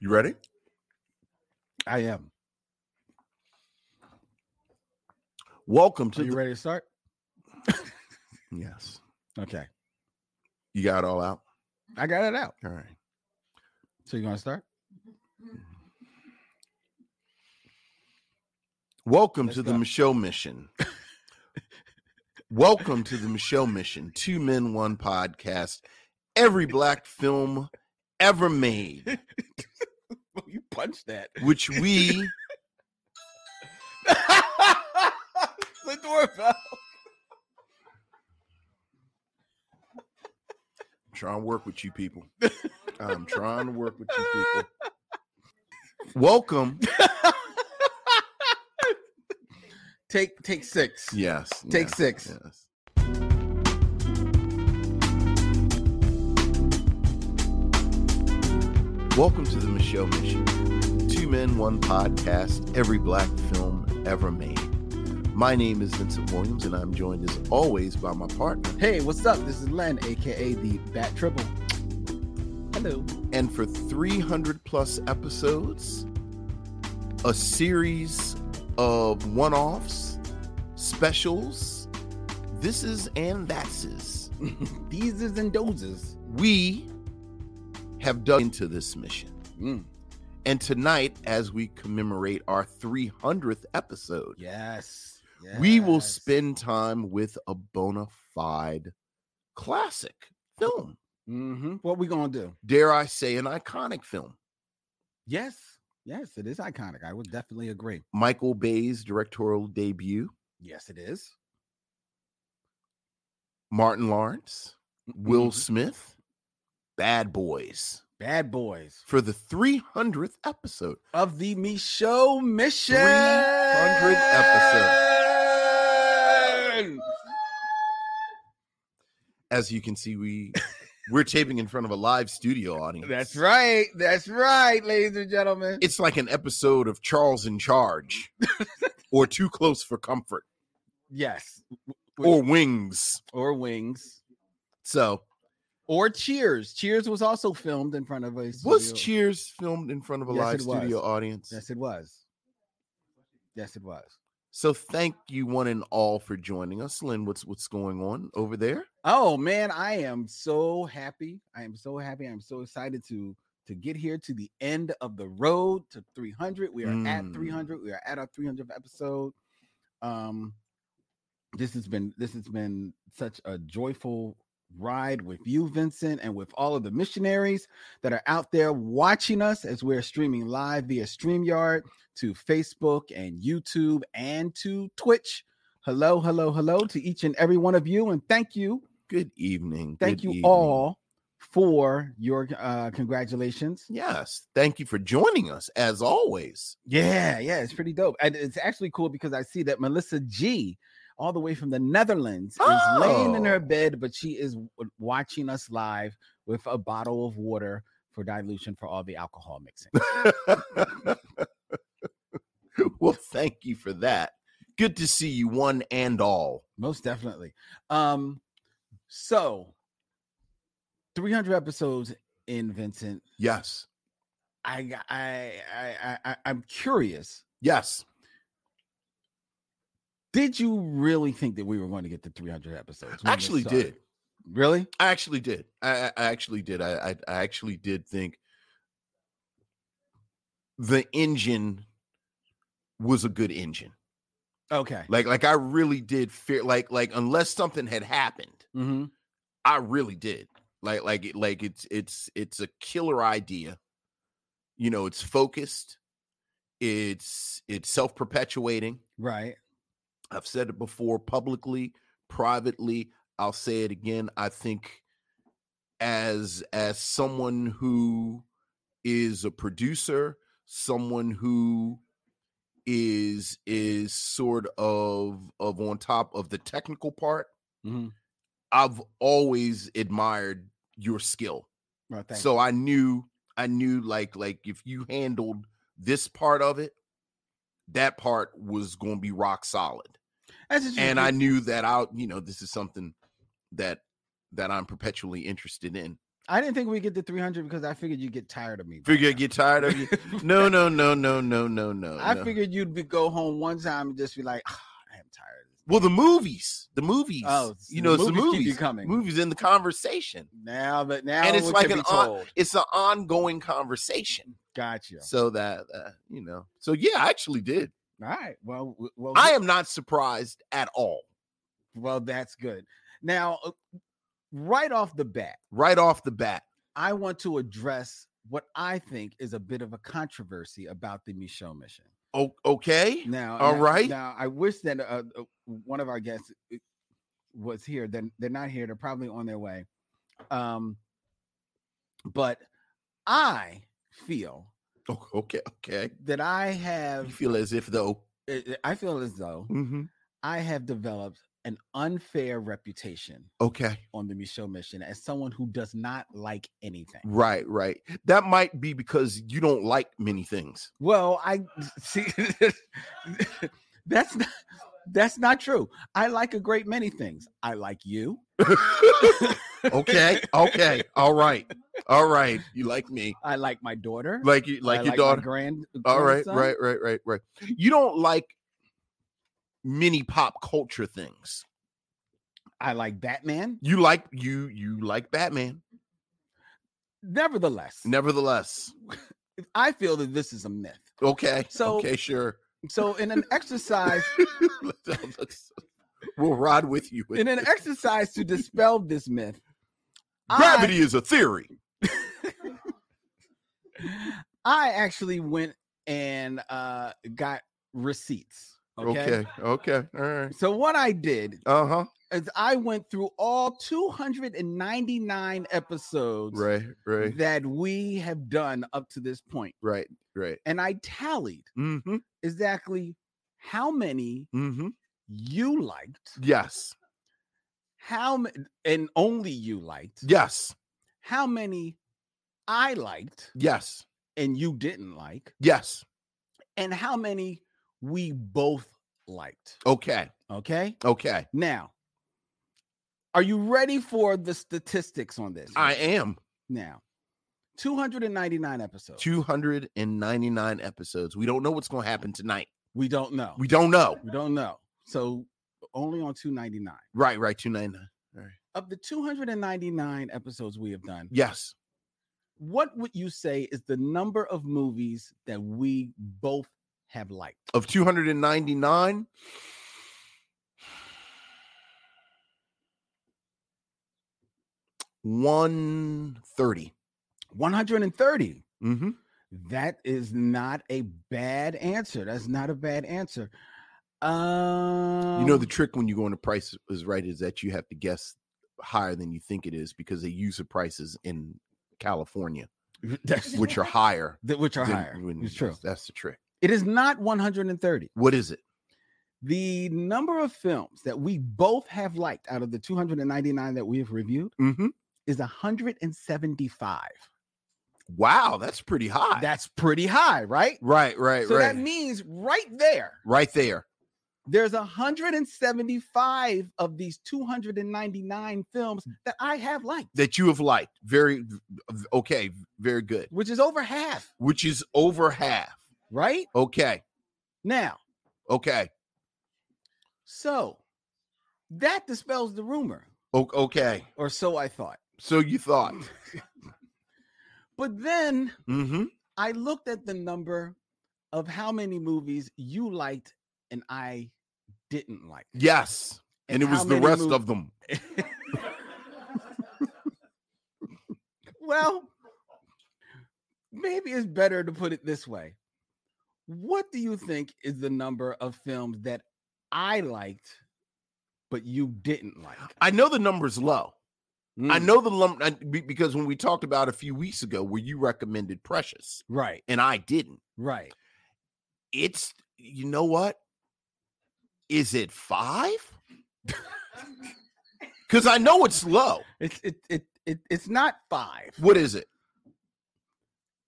You ready? I am. Welcome to Are you the- ready to start? Yes. Okay. You got it all out? I got it out. All right. Mm-hmm. So you gonna start? Welcome Let's to the go. Michelle Mission. Welcome to the Michelle Mission, Two Men, One Podcast, every black film ever made, Well, you punched that. which we the doorbell. try and work with you people. I'm trying to work with you people. Welcome. Take take six. Yes. Take yes, six. Yes. Welcome to the Michelle Mission. Two men, one podcast, every black film ever made. My name is Vincent Williams, and I'm joined as always by my partner. Hey, what's up? This is Len, aka the Bat Triple. Hello. And for 300 plus episodes, a series of one offs, specials, this is and that's is. These is and dozes. we have dug into this mission. Mm, And tonight, as we commemorate our 300th episode, yes. we will yes. spend time with a bona fide classic film. Mhm. What we gonna do? Dare I say, an iconic film. Yes. Yes, it is iconic. I would definitely agree. Michael Bay's directorial debut, Yes, it is. Martin Lawrence, Will Mhm. Smith, Bad Boys Bad Boys for the 300th episode. of the Michelle Mission. 300 episode. As you can see, we we're taping in front of a live studio audience. That's right. That's right, ladies and gentlemen. it's like an episode of Charles in Charge or Too Close for Comfort yes. or Wings. Or Wings. So, Or Cheers. Cheers was also filmed in front of a was studio. Cheers filmed in front of a Yes, live it was. studio audience? Yes, it was. Yes, it was. So, thank you one and all for joining us. Lynn, what's what's going on over there? Oh man, I am so happy. I am so happy. I'm so excited to to get here to the end of the road to 300. We are at Mm. 300. We are at our 300th episode. Um this has been this has been such a joyful ride with you Vincent and with all of the missionaries that are out there watching us as we're streaming live via StreamYard to Facebook and YouTube and to Twitch. Hello, hello, hello to each and every one of you and thank you Good evening. thank good you evening. all for your uh congratulations Yes, thank you for joining us as always. yeah yeah it's pretty dope and it's actually cool because i see that melissa g all the way from the netherlands is laying in her Oh. bed but she is w- watching us live with a bottle of water for dilution for all the alcohol mixing well, thank you for that. Good to see you, one and all. most definitely um so 300 episodes in vincent Yes, i g- I- I- I- I i'm curious yes. Did you really think that we were going to get to 300 episodes? I when this actually started? did. Really? I actually did. I, I I actually did. I, I I actually did think the engine was a good engine. Okay. Like like I really did fear like like unless something had happened, hmm I really did. Like like it like it's it's it's a killer idea. You know, it's focused. It's it's self-perpetuating. Right. I've said it before publicly, privately. I'll say it again. I think as as someone who is a producer, someone who is is sort of of on top of the technical part, hmm I've always admired your skill. Well, thank so I knew I knew like like if you handled this part of it, that part was going to be rock solid you. That's just- and I knew that I, you know, this is something that that I'm perpetually interested in. I didn't think we get to 300 because I figured you'd get tired of me. by Figure now. you get tired of you. No, no, no, no, no, no, no. I no. figured you'd be, go home one time and just be like, "Ah, I am tired. of this." Well, the movies, the movies. Oh, it's- you know, it's the movies keep you movies. coming. Movies in the conversation. Now that now And it's it like an can be on- told. It's an ongoing conversation. Gotcha. So that uh, you know. So yeah, I actually did. All right. Well, w- well, I am not surprised at all. well. That's good. Now, uh, right off the bat, Right off the bat, I want to address what I think is a bit of a controversy about the Michelle mission. o- okay. Now, All now- right. Now, I wish that uh, uh, one of our guests uh, was here. Then they're, not here. They're probably on their way. Um, but I feel O- Okay, okay. that I You have. feel as if though. I- I- I feel as though Mm-hmm. I have developed an unfair reputation Okay. on the Michelle mission as someone who does not like anything. Right, right. That might be because you don't like many things. Well, I see that's not that's not true. I like a great many things. I like you. okay, okay. All right. All right. You like me. I like my daughter. Like you like I your my daughter. Grand. All right, grandson. right, right, right, right. You don't like many pop culture things. I like Batman. You like you you like Batman. Nevertheless, Nevertheless, I feel that this is a myth. okay. So- okay, sure. So, in an exercise, Let's- let's- we'll ride with you. with in an this. exercise to dispel this myth, I- Gravity is a theory. I actually went and uh, got receipts. Okay? Okay, okay, all right. So what I did Uh huh. is I went through all 299 episodes Right, right, that we have done up to this point, right, right. and I tallied Mm-hmm. exactly how many Mm-hmm. you liked, Yes, how ma- and only you liked, yes, how many I liked yes, and you didn't like, yes. and how many we both liked. Okay, Okay. okay. Now, are you ready for the statistics on this? I Rich? am. Now, 299 episodes. 299 episodes. We don't know what's going to happen tonight. we don't know. We don't know. We don't know. So only on 299. Right, right. 299. Of the 299 episodes we have done, Yes. what would you say is the number of movies that we both have liked? Of 299, one thirty. 130. Mm-hmm. That is not a bad answer. That's not a bad answer. Um, you know the trick when you go into Price is Right is that you have to guess higher than you think it is because they use the prices in California, that's, which are higher. that- which are than higher. when- It's true. that's- That's the trick. It is not 130. What is it? The number of films that we both have liked out of the 299 that we have reviewed Mm-hmm. is 175. Wow, that's pretty high. That's pretty high, right? right, right, so right. that means right there, right there. there's 175 of these 299 films Hmm. that I have liked, that you have liked. Very v- okay, very good. which is over half, Which is over half. right? Okay, Now, okay, so that dispels the rumor, o- okay. or so I thought. So you thought. But then Mm-hmm. I looked at the number of how many movies you liked and I didn't like. Yes, and, it how was the many rest mov- of them. Well, maybe it's better to put it this way. What do you think is the number of films that I liked but you didn't like? I know the number's low. I Mm, know the lump I- be- because when we talked about a few weeks ago, where you recommended Precious Right, and I didn't. right. It's you know what? Is it five? Because I know it's low. It's it it, it it's not 5. What is it?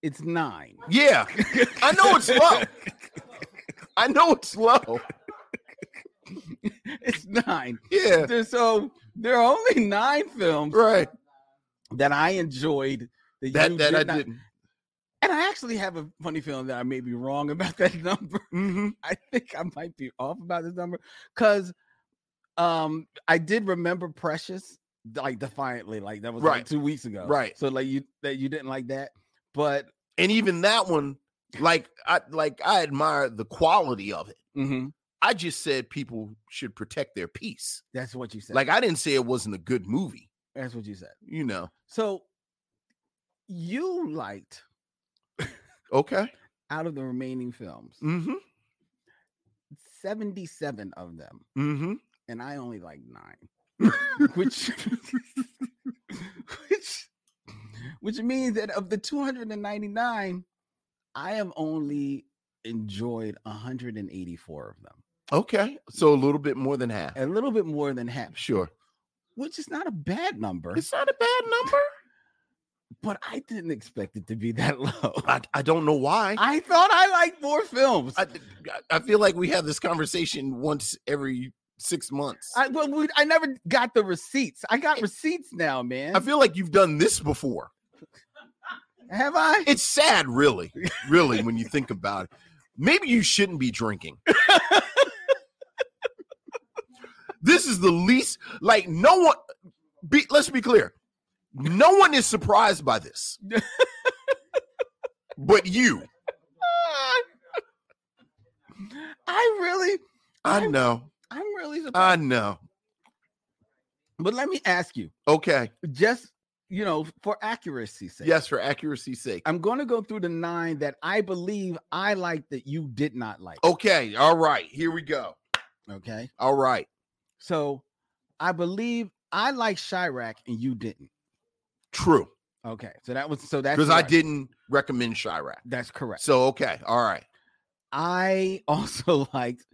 It's 9. Yeah, I know it's low. I know it's low. it's 9. Yeah, There's- So there are only nine films right. that I enjoyed that you that did I not- didn't. And I actually have a funny feeling that I may be wrong about that number. Mm-hmm. I think I might be off about this number because um I did remember Precious like defiantly, like that was like Right. two weeks ago. Right. So like you that you didn't like that. But And even that one, like I like I admire the quality of it. mhm, I just said people should protect their peace. that's what you said. Like I didn't say it wasn't a good movie. that's what you said. You know. So you liked Okay. out of the remaining films, Mm-hmm. 77 of them, Mm-hmm. and I only like nine. which which which means that of the 299, I have only enjoyed 184 of them. Okay. So a little bit more than half. A little bit more than half, Sure. which is not a bad number, It's not a bad number. but I didn't expect it to be that low. I, I don't know why. I thought I liked more films. I, I feel like we have this conversation once every six months. I, I well, we, I never got the receipts. I got receipts now, man. feel like you've done this before. Have I? It's sad, really, really, when you think about it. Maybe you shouldn't be drinking. this is the least, like, no one, be, let's be clear. No one is surprised by this, but you. I really, I know. I'm really I surprised. know. but let me ask you, Okay. just you know, for accuracy's sake. Yes, for accuracy's sake. I'm going to go through the nine that I believe I like that you did not like. Okay. All right. Here we go. Okay. All right. So I believe I like Chirac and you didn't. True. Okay. So that was so that's Because I correct. didn't recommend Chirac. That's correct. So, okay. All right. I also liked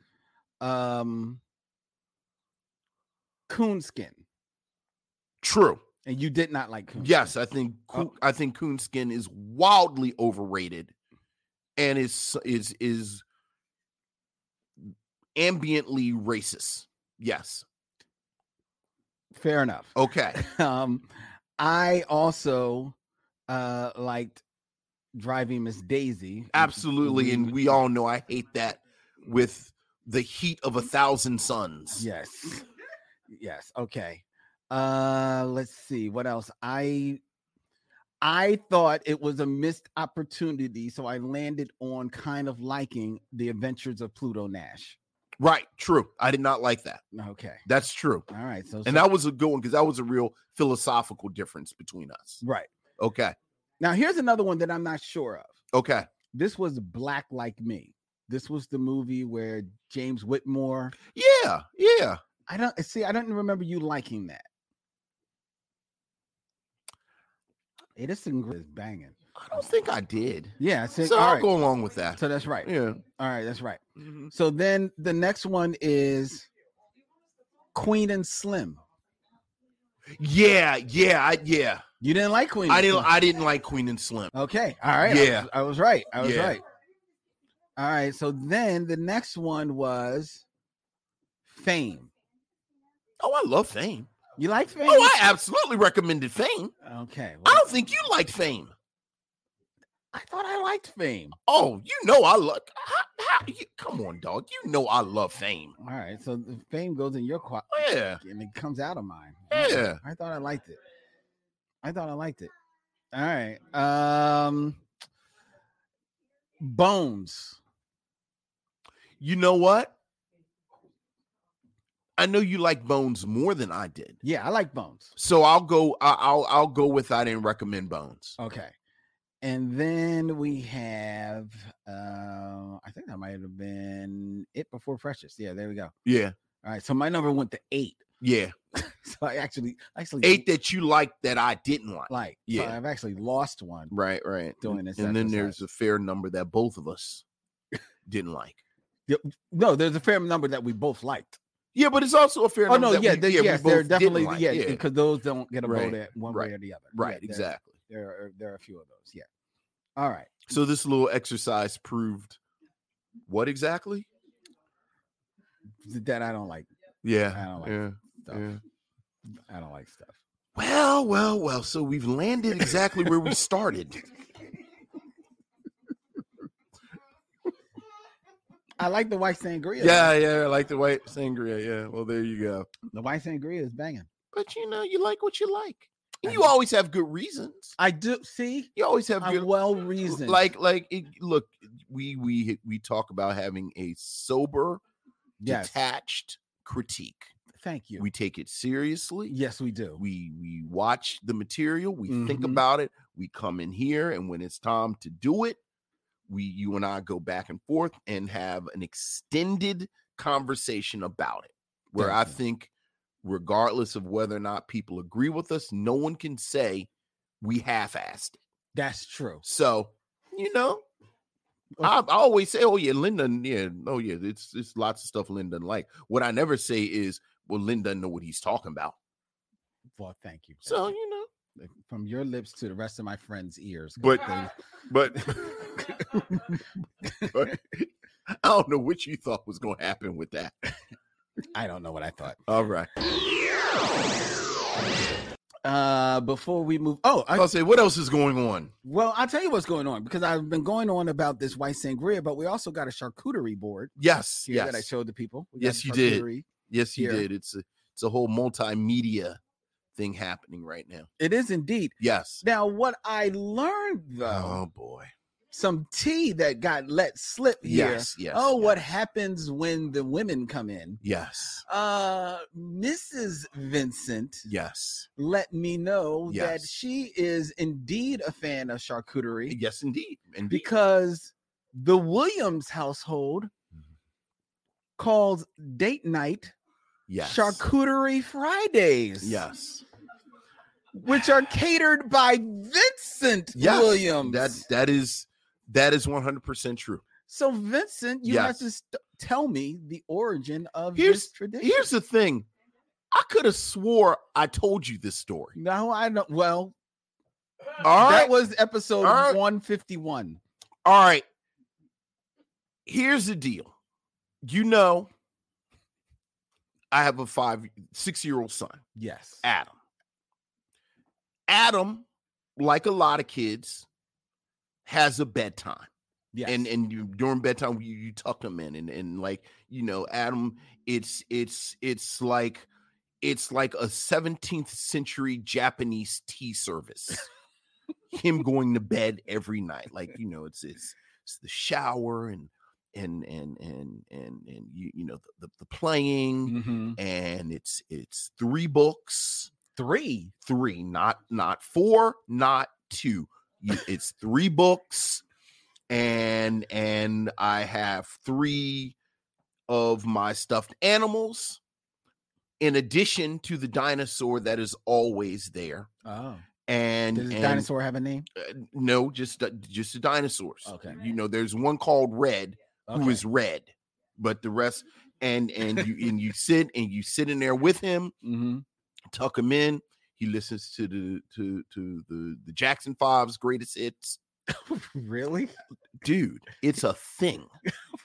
um Coonskin True. and you did not like Coonskin. Yes, I think Oh. Coon I think Coonskin is wildly overrated, and is is is ambiently racist. Yes. Fair enough. Okay. Um I also uh liked Driving Miss Daisy. which Absolutely. And we all know I hate that with the heat of a thousand suns. Yes. Yes. Okay. Uh let's see what else. I I thought it was a missed opportunity, so I landed on kind of liking The Adventures of Pluto Nash. Right. True. I did not like that. Okay. That's true. All right. So And so- that was a good one because that was a real philosophical difference between us. right. Okay. Now here's another one that I'm not sure of. Okay. This was Black Like Me. This was the movie where James Whitmore. Yeah. Yeah. I don't see, I don't remember you liking that. It is some is banging. I don't think I did. Yeah, I said, So all I'll right. Mm-hmm. go along with that. So that's right. Yeah. All right, that's right. So then the next one is Queen and Slim. Yeah, yeah, I, yeah. You didn't like Queen. I and didn't. Slim. I didn't like Queen and Slim. okay. All right. I Yeah. was- I was, right. I was Yeah. right. All right. So then the next one was Fame. Oh, I love Fame. You like Fame? Oh, I Oh, absolutely recommended Fame. okay. I well, don't think you liked Fame. I thought I liked Fame. Oh, you know I love. Come on, dog. You know I love Fame. All right. So the Fame goes in your quad Yeah, and it comes out of mine. Okay, yeah. I thought I liked it. I thought I liked it. All right. Um Bones. You know what? I know you like Bones more than I did, Yeah, I like Bones. so I'll go. I- I'll I'll go with I didn't recommend Bones. Okay. And then we have uh I think that might have been it before Precious. Yeah, there we go. Yeah, All right. So my number went to eight. yeah. So I actually actually Eight that you liked that I didn't like. like yeah. Yeah. I've actually lost one. Right, right. Doing And- this and then exercise. there's a fair number that both of us didn't like. No, there's a fair number that we both liked. Yeah, but it's also a fair. Oh number no, that yeah, we- there- we yes, there both are didn't definitely like. yeah, because those don't get a Right, vote at one right, way or the other. Yeah, right, there- exactly. There are there are a few of those. Yeah. All right. So this little exercise proved what exactly? That I don't like Yeah, I don't like yeah, stuff. yeah. I don't like stuff. Well, well, well. So we've landed exactly where we started. I like the white sangria. Yeah, yeah. I like the white sangria. Yeah. Well, there you go. The white sangria is banging. But you know, you like what you like. And I you do. always have good reasons. I do see. You always have I'm good well reasoned. like like it, look, we we we talk about having a sober, yes, detached critique. thank you. We take it seriously. yes, we do. we we watch the material we think Mhm. about it we come in here and when it's time to do it we you and i go back and forth and have an extended conversation about it where i Definitely. think regardless of whether or not people agree with us no one can say we half-assed it That's true. so you know Okay. I, I always say, "Oh yeah, Linda, yeah, oh yeah, it's it's lots of stuff Linda doesn't like." What I never say is, "Well, Linda doesn't know what he's talking about." Well, thank you. Thank So you. you know, Like, from your lips to the rest of my friends' ears. But- kind but of thing. I don't know what you thought was going to happen with that. I don't know what I thought. All right. Uh, before we move, oh, I, I'll say, what else is going on? well, I'll tell you what's going on because I've been going on about this white sangria, but we also got a charcuterie board Yes, here that I yes, showed the people. We got Yes, the you did. charcuterie. yes. You here. did. It's a it's a whole multimedia thing happening right now. It is indeed. Yes. Now, what I learned though, Oh boy. some tea that got let slip here. Yes. Yes. oh, yes, what happens when the women come in? Yes. Uh, Mrs. Vincent Yes. let me know that Yes. she is indeed a fan of charcuterie. Yes, indeed. And because the Williams household Mhm. calls date night yes. charcuterie Fridays. Yes. Which are catered by Vincent Yes. Williams. That that is that is one hundred percent true. so Vincent, you have Yes. to st- tell me the origin of Here's- this tradition. Here's the thing. I could have swore I told you this story. no, I don't. Well, All that right. was episode All right. 151. All right. Here's the deal. You know, I have a five, six year old son, Yes. Adam. Adam, like a lot of kids, has a bedtime. yes. And and you, during bedtime, you, you tuck them in. And and like, you know, Adam, it's it's it's like it's like a 17th century Japanese tea service. him going to bed every night. Like, you know, it's it's it's the shower and and and and and and you you know the, the, the playing Mhm. and it's it's three books, three. three, not not four, not two. You- It's three books and and I have three of my stuffed animals in addition to the dinosaur that is always there. Oh. And, Does the and- dinosaur have a name? uh, no, just the- just the dinosaurs. Okay. You know, there's one called Red who Okay. is red, but the rest and and you and you sit and you sit in there with him, Mhm. tuck him in. He listens to the to to the the Jackson Five's greatest hits. really? Dude, it's a thing.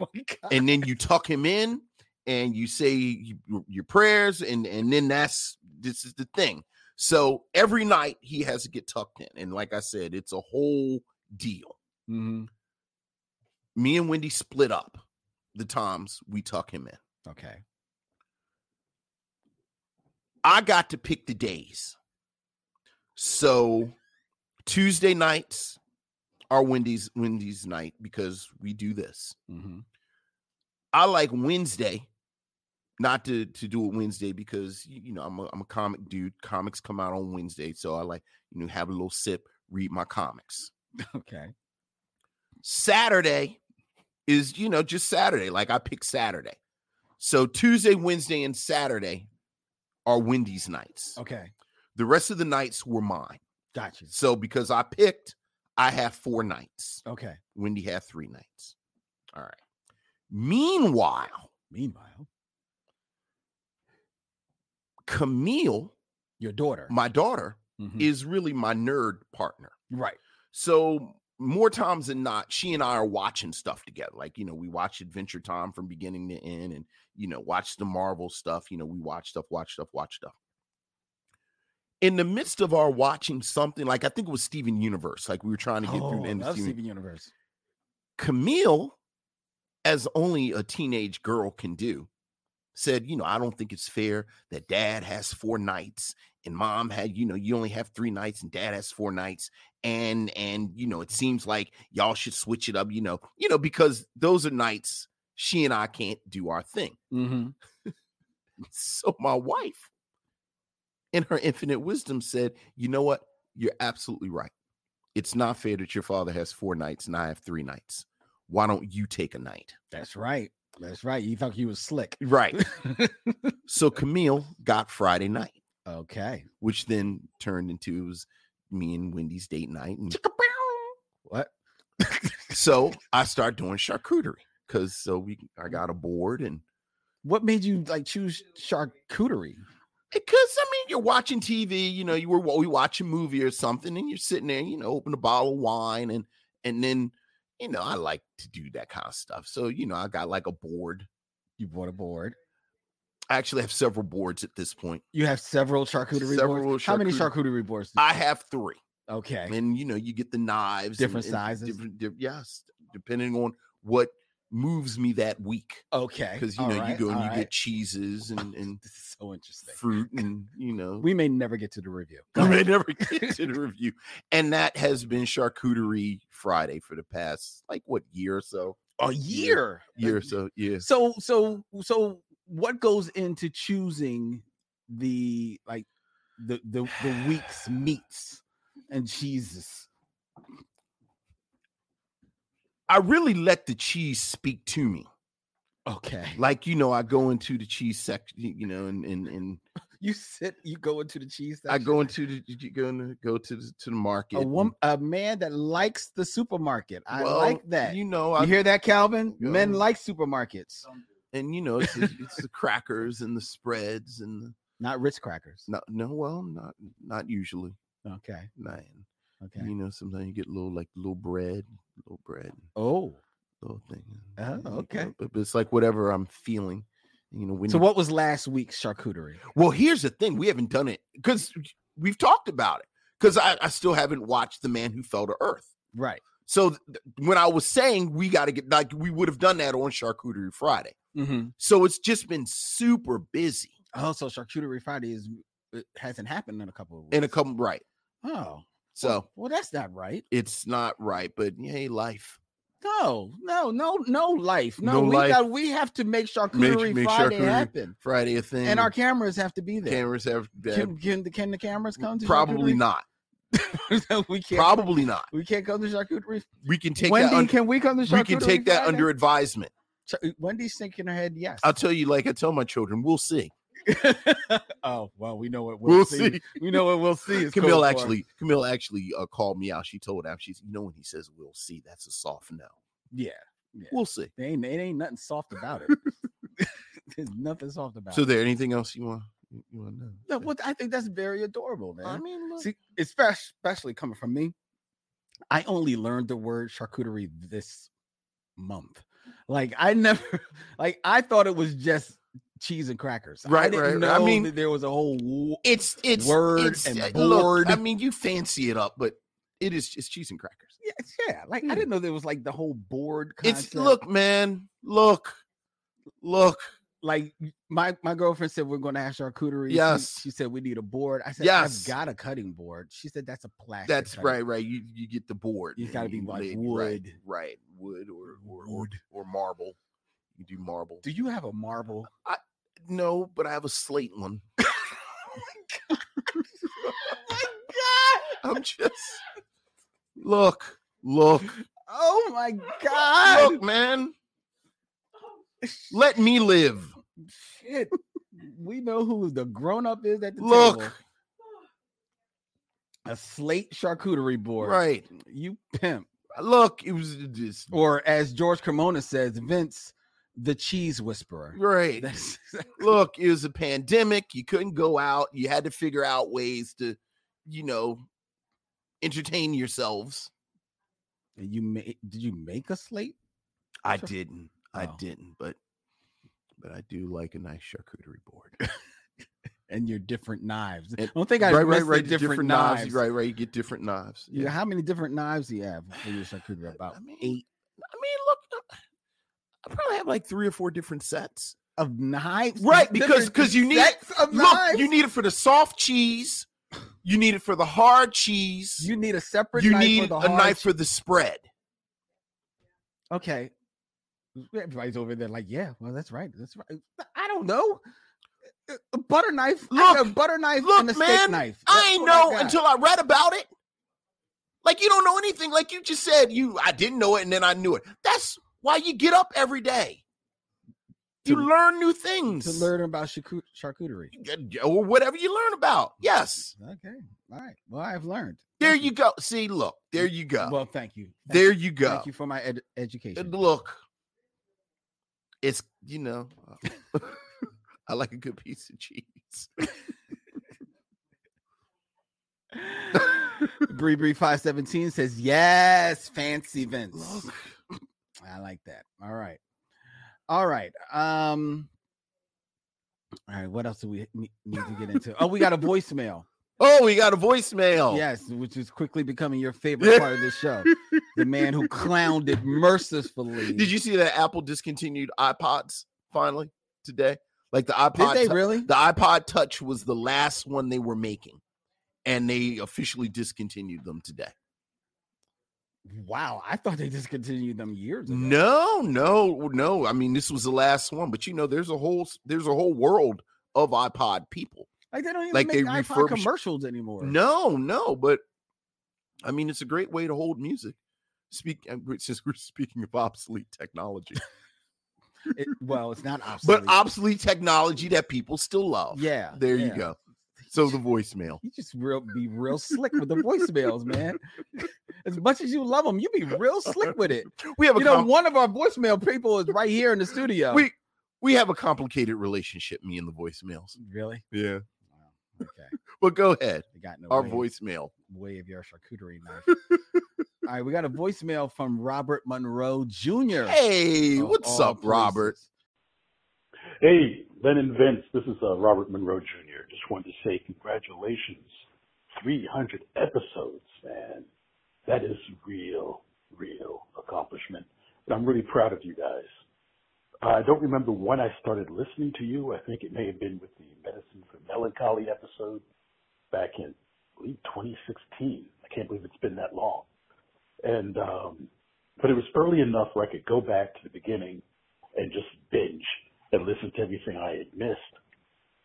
Oh my God. And then you tuck him in and you say y- your prayers and and then that's this is the thing. So every night he has to get tucked in and like I said, it's a whole deal. Mhm. me and Wendy split up the times we tuck him in. Mm-hmm. Okay. I got to pick the days. So Tuesday nights are Wendy's Wendy's night because we do this. Mm-hmm. I like Wednesday, not to to do it Wednesday because y- you know I'm a, I'm a comic dude. Comics come out on Wednesday, so I like you know have a little sip, read my comics. Okay. Saturday is, you know, just Saturday. Like I pick Saturday. So Tuesday, Wednesday, and Saturday are Wendy's nights. Okay. The rest of the nights were mine. Got you. So because I picked, I have four nights. Okay. Wendy had three nights. All right. Meanwhile, Meanwhile, Camille, your daughter. my daughter, Mhm. is really my nerd partner. right. So more times than not, she and I are watching stuff together. Like, you know, we watch Adventure Time from beginning to end and, you know, watch the Marvel stuff. You know, we watch stuff, watch stuff, watch stuff. in the midst of our watching something, like I think it was Steven Universe, like we were trying to get through Oh, the end of love Steven. Steven Universe. Camille, as only a teenage girl can do, said, You know, I don't think it's fair that dad has four nights and mom had, you know, you only have three nights and dad has four nights. And, and, you know, it seems like y'all should switch it up, you know, you know, because those are nights she and I can't do our thing. Mm-hmm. So my wife, in her infinite wisdom, said, You know what? You're absolutely right. It's not fair that your father has four nights and I have three nights. Why don't you take a night? That's right. That's right. You thought you was slick. Right. so Camille got Friday night, okay. which then turned into it was me and Wendy's date night. And What? so I start doing charcuterie because so we I got a board and What made you like choose charcuterie? Because I mean, you're watching TV, you know, you were we watch a movie or something, and you're sitting there, you know, open a bottle of wine, and and then, you know, I like to do that kind of stuff. So you know, I got like a board. You bought a board. I actually have several boards at this point. You have several charcuterie Several boards. How many charcuterie- charcuterie boards? do- I have three, Mm. okay. and you know, you get the knives, and- Different and sizes? different, di- yes, depending on what moves me that week. okay. Because you all know, you right, go and all you right. get cheeses and and This is so interesting. fruit, and you know, We may never get to the review. Go I may ahead. never get to the review. And that has been Charcuterie Friday for the past like what year or so? A year. Year or Uh, so, yeah. So so so what goes into choosing the like the the, the week's meats and cheeses? I really let the cheese speak to me. Okay. Like, you know, I go into the cheese section, you know, and and and You sit, you go into the cheese. I section? go into the you go to go to the to the market. a and- woman, a man that likes the supermarket. I Well, like that. You, You know, Um, I, hear that, Calvin? Men Yeah. like supermarkets, and you know, it's the, it's the crackers and the spreads and the, not Ritz crackers. no no, well, not not usually. Okay, Not, okay. You know, sometimes you get a little like little bread, little bread. Oh, little thing. Oh, yeah, you know, okay. But, but it's like whatever I'm feeling, you know. When so you- what was last week's charcuterie? Well, here's the thing: we haven't done it because we've talked about it. Because I, I still haven't watched The Man Who Fell to Earth. Right. So th- when I was saying we got to get like we would have done that on Charcuterie Friday. Mm-hmm. So it's just been super busy Also, Oh, charcuterie Friday is it hasn't happened in a couple of weeks. in a couple right. Oh, So well, that's not right. it's not right, but hey, life. No, no, no, no life. No, No we life. got. We have to make charcuterie make Friday charcuterie happen, Friday a thing, and our cameras have to be there. cameras have Can, can, can the cameras come to probably charcuterie? not. we can't. Probably not. We can't come to charcuterie. We can take Wendy, that. un- can we come to charcuterie? we can take that Friday? under advisement. Ch- Wendy's thinking her head. Yes. I'll tell you, like I tell my children, we'll see. oh well, we know what We'll, see. We know what we'll see. is Camille code for. actually, Camille actually uh, called me out. She told him, she's, you know, when he says we'll see, that's a soft no. Yeah, We'll see. they ain't. It ain't nothing soft about it. There's nothing soft about So, it. there anything else you want? You want to know? No, well, I think that's very adorable, man. I mean, look, See, especially, especially coming from me, I only learned the word charcuterie this month. Like I never, like I thought it was just cheese and crackers. I Right, didn't right, right. Know I mean- that there was a whole. wo- it's it's Word it's, and uh, look, board. I mean, you fancy it up, but it is it's cheese and crackers. Yeah, yeah. Like I Yeah. didn't know there was like the whole board. Concept. Hmm. It's look, man, look, look. like my my girlfriend said we're going to have charcuterie. She- Yes. she, said we need a board. I said Yes. I've got a cutting board. She said that's a plastic. That's cutting right, right. You you get the board. It's gotta and be you like lay- wood. right, right? Wood or or, or Wood. or marble. You do marble. Do you have a marble? No, but I have a slate one. Oh my god! I'm just look, look, Oh my look, god! man. Oh. Let me live. Shit. We know who the grown up is at the Look. table. A slate charcuterie board. Right. You pimp. Look, it was just Or as George Cremona says, Vince, the cheese whisperer. right. That's Look, it was a pandemic. You couldn't go out. You had to figure out ways to, you know, entertain yourselves. And you made did you make a slate? I Sure. didn't. I Oh. didn't, but but I do like a nice charcuterie board. and your different knives. And- I don't think I right, right, missed the right. Different, knives. Right, right. You get different knives. Yeah. How many different knives do you have for your charcuterie? About I mean, eight I mean, look, uh, I probably have like three or four different sets. of knives. Right, because- Different 'cause you need- sets of Look, knives. you need it for the soft cheese. You need it for the hard cheese. You need a separate. you knife need for the a hard knife for the spread. Okay. Everybody's over there like, yeah, well, that's right. That's right. I don't know. A- A butter knife. I got a Look, butter knife look, and a steak man, knife. I That's ain't what know got. until I read about it. Like you don't know anything. Like you just said, you I didn't know it, and then I knew it. That's why you get up every day. You To- learn new things, to learn about charcu- charcuterie. or whatever you learn about. Yes, Okay. All right. Well, I've learned. there Thank you go. See, look, there you go. Well, thank you. Thank there you go. Thank you for my ed- education. And Uh, look, it's you know, uh, I like a good piece of cheese. Bree Bree five seventeen says yes, fancy Vince. Look, I like that. All right, all right. Um, all right. What else do we ne- need to get into? Oh, we got a voicemail. oh, we got a voicemail. Yes, which is quickly becoming your favorite part of this show. The man who clowned it mercifully. Did you see that Apple discontinued iPods finally today? Like the Did iPod, they Tou- really? the iPod Touch was the last one they were making, and they officially discontinued them today. Wow, I thought they discontinued them years ago. No, no, no. I mean, this was the last one, but you know, there's a whole s- there's a whole world of iPod people. like they don't even Like, they make iPod refurbish- commercials anymore. No, no, but I mean, it's a great way to hold music. Speak and we're- since we're speaking of obsolete technology, It- well, it's not obsolete. but obsolete technology that people still love. yeah, there yeah. you go. So the voicemail. You just real be real slick with the voicemails, man. As much as you love them, you be real slick with it. We have a You know, com- one of our voicemail people is right here in the studio. we we have a complicated relationship. Me and the voicemails. really? Yeah, Oh, Wow. Okay. but go ahead. They got no Our way, voicemail. way of your charcuterie knife. All right, we got a voicemail from Robert Monroe Jr. Hey, of what's all up, Robert? places. Hey, Ben and Vince, this is uh, Robert Monroe Jr. Just wanted to say congratulations. 300 episodes, man. That is real, real accomplishment. And I'm really proud of you guys. I don't remember when I started listening to you. I think it may have been with the Medicine for Melancholy episode back in, I believe, 2016. I can't believe it's been that long. And, um, but it was early enough where I could go back to the beginning and just binge and listen to everything I had missed.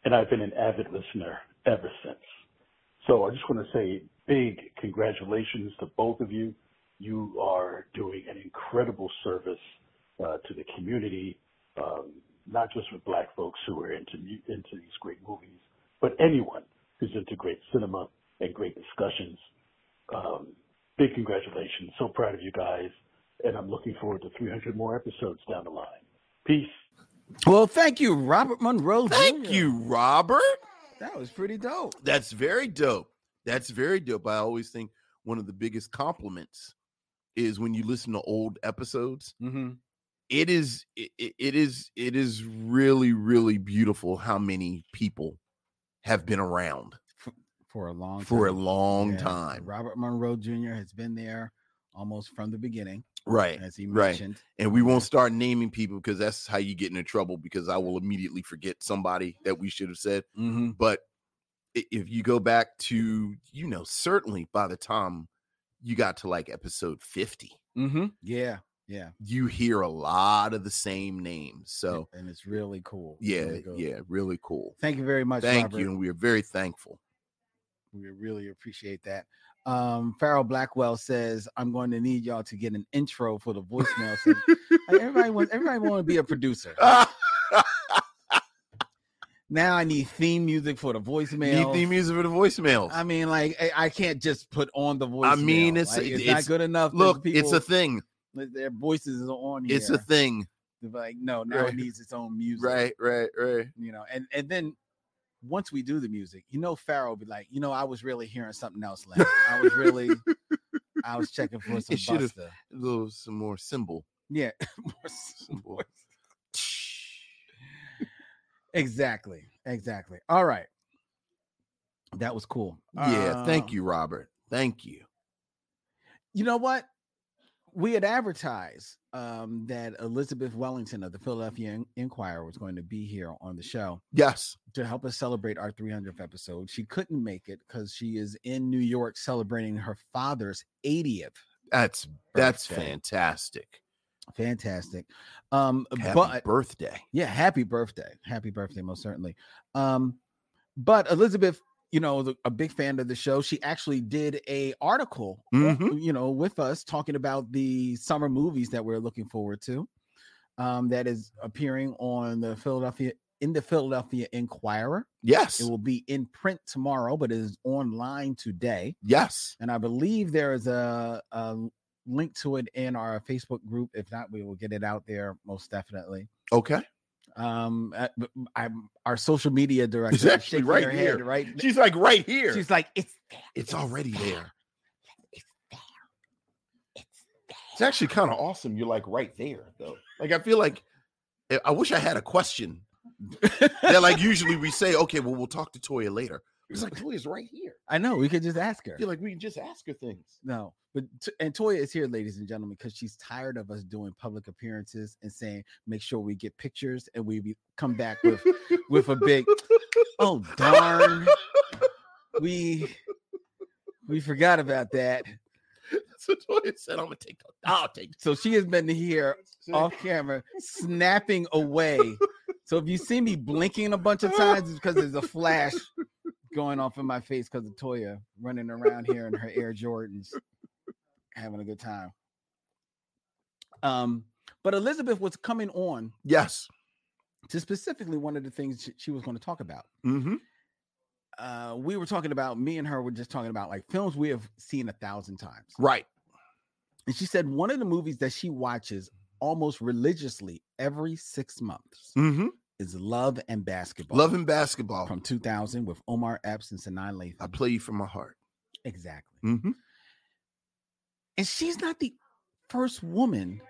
And I've been an avid listener ever since. So I just want to say big congratulations to both of you. You are doing an incredible service uh, to the community, um, not just with black folks who are into mu- into these great movies, but anyone who's into great cinema and great discussions. Um, big congratulations! So proud of you guys, and I'm looking forward to 300 more episodes down the line. Peace. Well, thank you, Robert Monroe. Thank Jr. you, Robert. That was pretty dope. That's very dope. That's very dope. I always think one of the biggest compliments is when you listen to old episodes. Mm-hmm. It is it, it it is it is really really beautiful how many people have been around For a long for a time. long Yeah, time. Robert Monroe Jr. has been there almost from the beginning, Right. as he Eh, right. mentioned. And we won't start naming people because that's how you get into trouble because I will immediately forget somebody that we should have said. Mm-hmm. But i- if you go back to, you know, certainly by the time you got to like episode 50, Mm-hmm. Yeah, yeah. you hear a lot of the same names. So So, and it's really cool. It's yeah, really good. yeah, really cool. Thank you very much, Thank Robert. you. And we are very thankful. We really appreciate that. Um, Farrell Blackwell says, "I'm going to need y'all to get an intro for the voicemail." so- Like, everybody wants. Everybody want to be a producer. Ah, Now I need theme music for the need voicemail. theme music for the voicemails. I mean, like I, I can't just put on the voicemail. I mean, it's- Like, it's, it's- not good enough. that Look, it's a people- thing. their voices are on here. It's a thing. They're like no, now Right. it needs its own music. Right, right, right. you know and and then once we do the music you know Farrell be like you know i was really hearing something else last i was really i was checking for some It should've- buster A little some more symbol. yeah symbol. exactly exactly all right That was cool. Yeah, Um, thank you, Robert. Thank you. you know what we had advertised um that elizabeth wellington of the philadelphia En- inquirer was going to be here on the show Yes. to help us celebrate our 300th episode she couldn't make it because she is in new york celebrating her father's 80th That's that's birthday. fantastic. fantastic um Happy but birthday. yeah happy birthday happy birthday most certainly um but elizabeth you know the, a big fan of the show she actually did a article on- Mhm. you know with us talking about the summer movies that we're looking forward to um that is appearing on the philadelphia in the philadelphia inquirer Yes. it will be in print tomorrow but it is online today yes. and I believe there is a, a link to it in our Facebook group. If not, we will get it out there most definitely. Okay. Um, uh, b- b- I'm our social media director. It's is actually shaking right her head here. right? She's like right here. She's like, it's there. it's already there. It's there. It's It's actually kind of awesome. You're like right there though. Like I feel like eh, I- I wish I had a question. there. That like usually we say, okay, well we'll talk to Toya later. It's like Toya's right here. I know. We could just ask her. I feel like we can just ask her things. No, but T- and Toya is here, ladies and gentlemen, because she's tired of us doing public appearances and saying, make sure we get pictures, and we be, come back with with a big, oh darn, we we forgot about that. So Toya said, I'm gonna take the I'll take So she has been here the off camera, snapping away. So if you see me blinking a bunch of times, it's because there's a flash going off in my face because of Toya running around here in her Air Jordans, having a good time. Um, but Elizabeth was coming on Yes. to specifically one of the things she- she was going to talk about. Mm-hmm. Uh, we were talking about me and her were just talking about like films we have seen a thousand times. Right. And she said one of the movies that she watches almost religiously every six months Mm-hmm. is Love and Basketball. Loving basketball. from 2000 with Omar Epps and Sanaa I Lathan. play you from my heart. Exactly. Mm-hmm. And she's not the first woman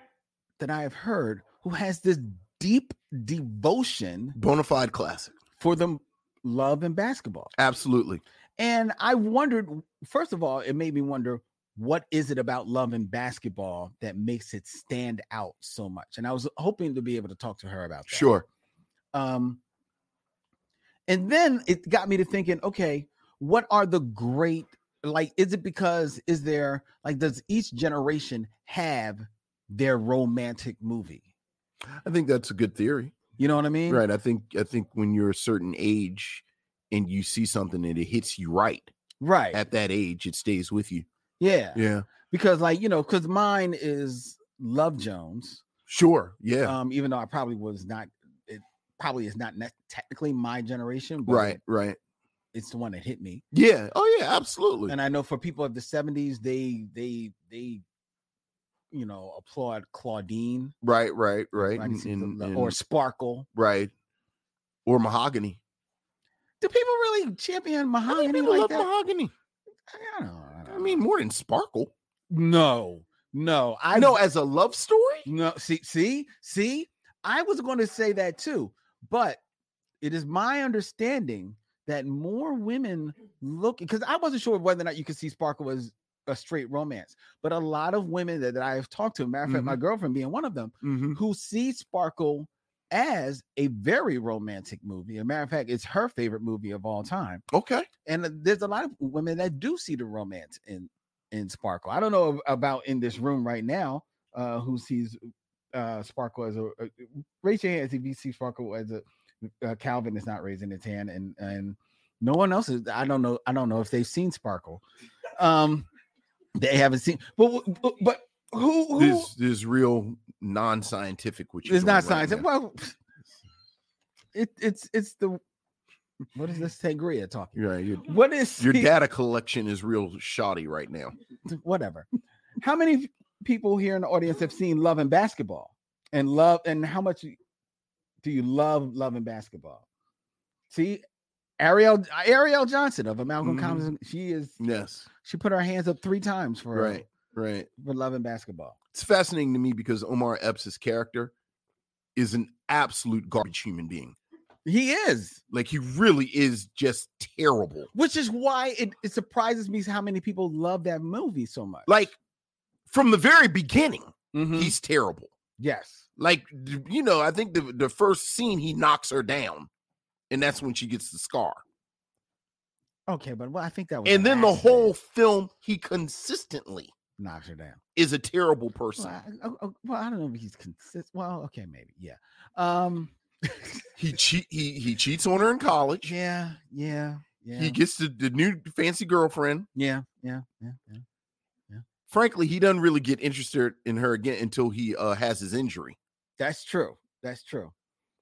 that I have heard who has this deep devotion Bonafide classic. for the m- love and basketball. Absolutely. And I wondered, first of all, it made me wonder what is it about love and basketball that makes it stand out so much? And I was hoping to be able to talk to her about that. Sure. Um, and then it got me to thinking, okay, what are the great like is it because is there like does each generation have their romantic movie? I think that's a good theory. You know what I mean? Right. I think I think when you're a certain age and you see something and it hits you right Right. at that age, it stays with you. yeah. Yeah. Because like, you know, because mine is Love Jones. Sure. Yeah. Um, even though I probably was not it probably is not ne- technically my generation, but right. Right. it's the one that hit me. Yeah. Oh yeah, absolutely. and I know for people of the seventies, they they they you know applaud Claudine right, right, right. right, and- and- and- or Sparkle. right. Or mahogany. Do people really champion How many mahogany people like love that? mahogany? I don't know. I mean, more than sparkle. no, no. I I know as a love story. No, see, see, see. I was going to say that too, but it is my understanding that more women look because I wasn't sure whether or not you could see Sparkle as a straight romance, but a lot of women that, that I have talked to, matter of fact, my girlfriend being one of them, Mm-hmm. who see Sparkle as a very romantic movie. As a matter of fact, it's her favorite movie of all time. Okay. And uh, there's a lot of women that do see the romance in in Sparkle. I don't know ab- about in this room right now uh, who sees uh, Sparkle as a, a- raise your hands if you see Sparkle as a uh, Calvin is not raising his hand, and and no one else is. I don't know. I don't know if they've seen Sparkle. Um, they haven't seen. But but, but who who? This this is real non-scientific, which it's not science. Well, it, it's it's the what is this sangria talking? Right. Your, What is your the- data collection is real shoddy right now. Whatever. How many people here in the audience have seen Love and Basketball and love and how much do you love Love and Basketball? See, Ariel Ariel Johnson of Malcolm Mhm. Commons, she is Yes. she put her hands up three times for Right. Right. for Love and Basketball. It's fascinating to me because Omar Epps' character is an absolute garbage human being. He is, Like he really is just terrible. which is why it, it surprises me how many people love that movie so much. Like from the very beginning, Mhm. he's terrible. yes, Like d- you know, I think the the first scene he knocks her down, and that's when she gets the scar. okay, but well, I think that was And an then the accident. whole film, he consistently knocks her down. is a terrible Well person. I, oh, oh, well, I don't know if he's consistent. Well, okay, maybe, yeah. Um, He cheat he he cheats on her in college. yeah, yeah, yeah, He gets the, the new fancy girlfriend. yeah, yeah, yeah, yeah. Frankly, he doesn't really get interested in her again until he uh, has his injury. That's true. That's true. And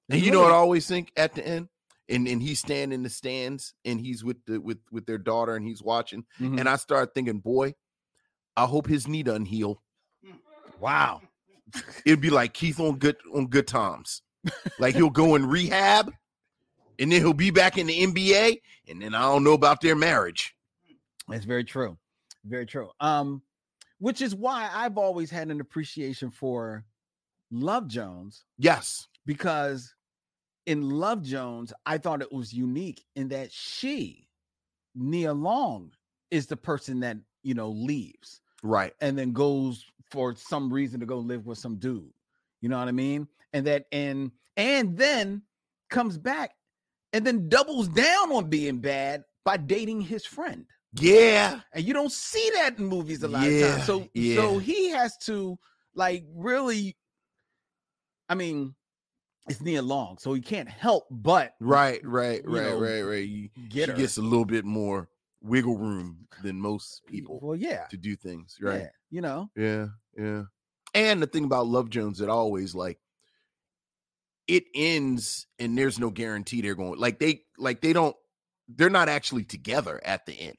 There's you know what really- I always think at the end, and and he's standing in the stands, and he's with the with with their daughter, and he's watching, Mhm. and I start thinking, boy, I hope his knee doesn't heal. wow. It'd be like Keith on good on good times, like he'll go in rehab, and then he'll be back in the NBA, and then I don't know about their marriage. That's very true. Very true. Um, which is why I've always had an appreciation for Love Jones Yes, because in Love Jones, I thought it was unique in that she, Nia Long, is the person that you know leaves right, and then goes for some reason to go live with some dude. You know what I mean? And that and and then comes back and then doubles down on being bad by dating his friend yeah, and you don't see that in movies a lot of Yeah, times. So yeah. so he has to like really. I mean, it's Nia Long, so he can't help but right, right, You right, know, right, right. You, get she her. gets a little bit more wiggle room than most people Well, yeah, to do things, right? yeah, you know, Yeah, yeah. And the thing about Love Jones that I always like it ends and there's no guarantee they're going like they like they don't they're not actually together at the end.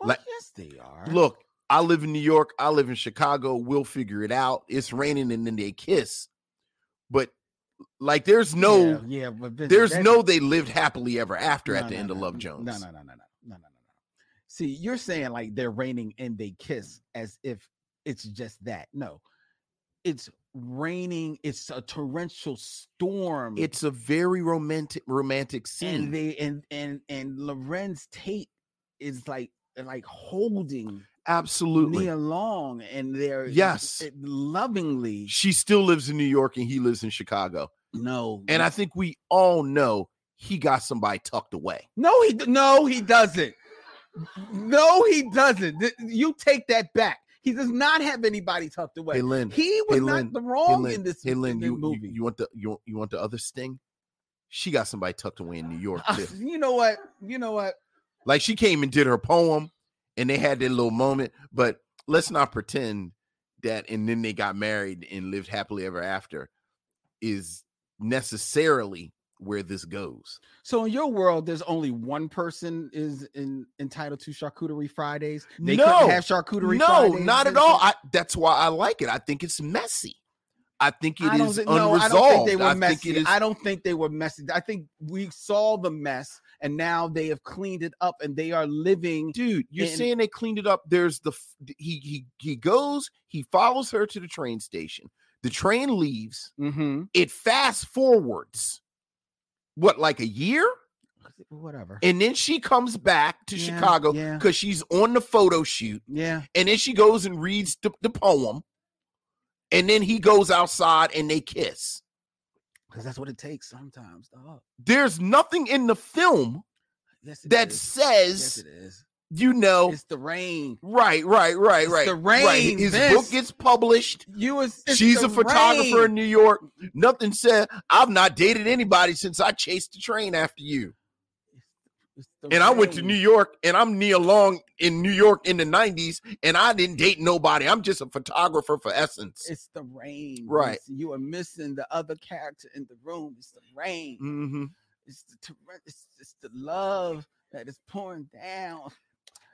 well, Like- yes, they are. Look, I live in New York, I live in Chicago, we'll figure it out. It's raining and then they kiss. But like there's no yeah, yeah, but Vincent, there's that- no they lived happily ever after no, at the no, end of no, Love n- Jones. No, no, no, no, no, no, no, no, no. See, you're saying like they're raining and they kiss as if it's just that. No, it's raining. It's a torrential storm. It's a very romantic romantic Mm. and scene. they and and and Lorenz Tate is like like holding Absolutely. Nia Long, and they're Yes. it- lovingly. she still lives in New York and he lives in Chicago. No, And I think we all know he got somebody tucked away. no, he d- no, he doesn't. No, he doesn't. Th- You take that back. He does not have anybody tucked away. Hey Lynn, hey he was Lynn, not the wrong Lynn, in this, hey Lynn, in this you, you movie. you want the you want, you want the other sting? She got somebody tucked away in New York Uh, too. you know what? You know what? like she came and did her poem, and they had their little moment. But let's not pretend that. And then they got married and lived happily ever after. Is necessarily where this goes. So in your world, there's only one person is in, entitled to charcuterie Fridays. They No. couldn't have charcuterie. No, Fridays not at then? all. I, that's why I like it. I think it's messy. I think it is I don't, thi- no, unresolved. I don't think they were I think messy. it is- I don't think they were messy. I think we saw the mess, and now they have cleaned it up, and they are living. dude, you're and- saying they cleaned it up. There's the f- d- he he he goes. He follows her to the train station. The train leaves. It fast forwards. What like a year, Whatever. and then she comes back to Yeah, Chicago yeah. because she's on the photo shoot, Yeah, and then she goes and reads the, the poem, and then he goes outside and they kiss. because that's what it takes sometimes. dog. There's nothing in the film Yes, it that is. yes, says Oh. it is. you know It's the rain. right right right It's right the right rain, his Vince. book gets published You was. it's she's the a photographer in rain. new york nothing said i've not dated anybody since i chased the train after you It's the and i went to rain. new york and i'm near long in new york in the 90s and i didn't date nobody i'm just a photographer for essence It's the rain. Right. Vince. You are missing the other character in the room. It's the rain. hmm It's the torrent- it's, it's the love that is pouring down.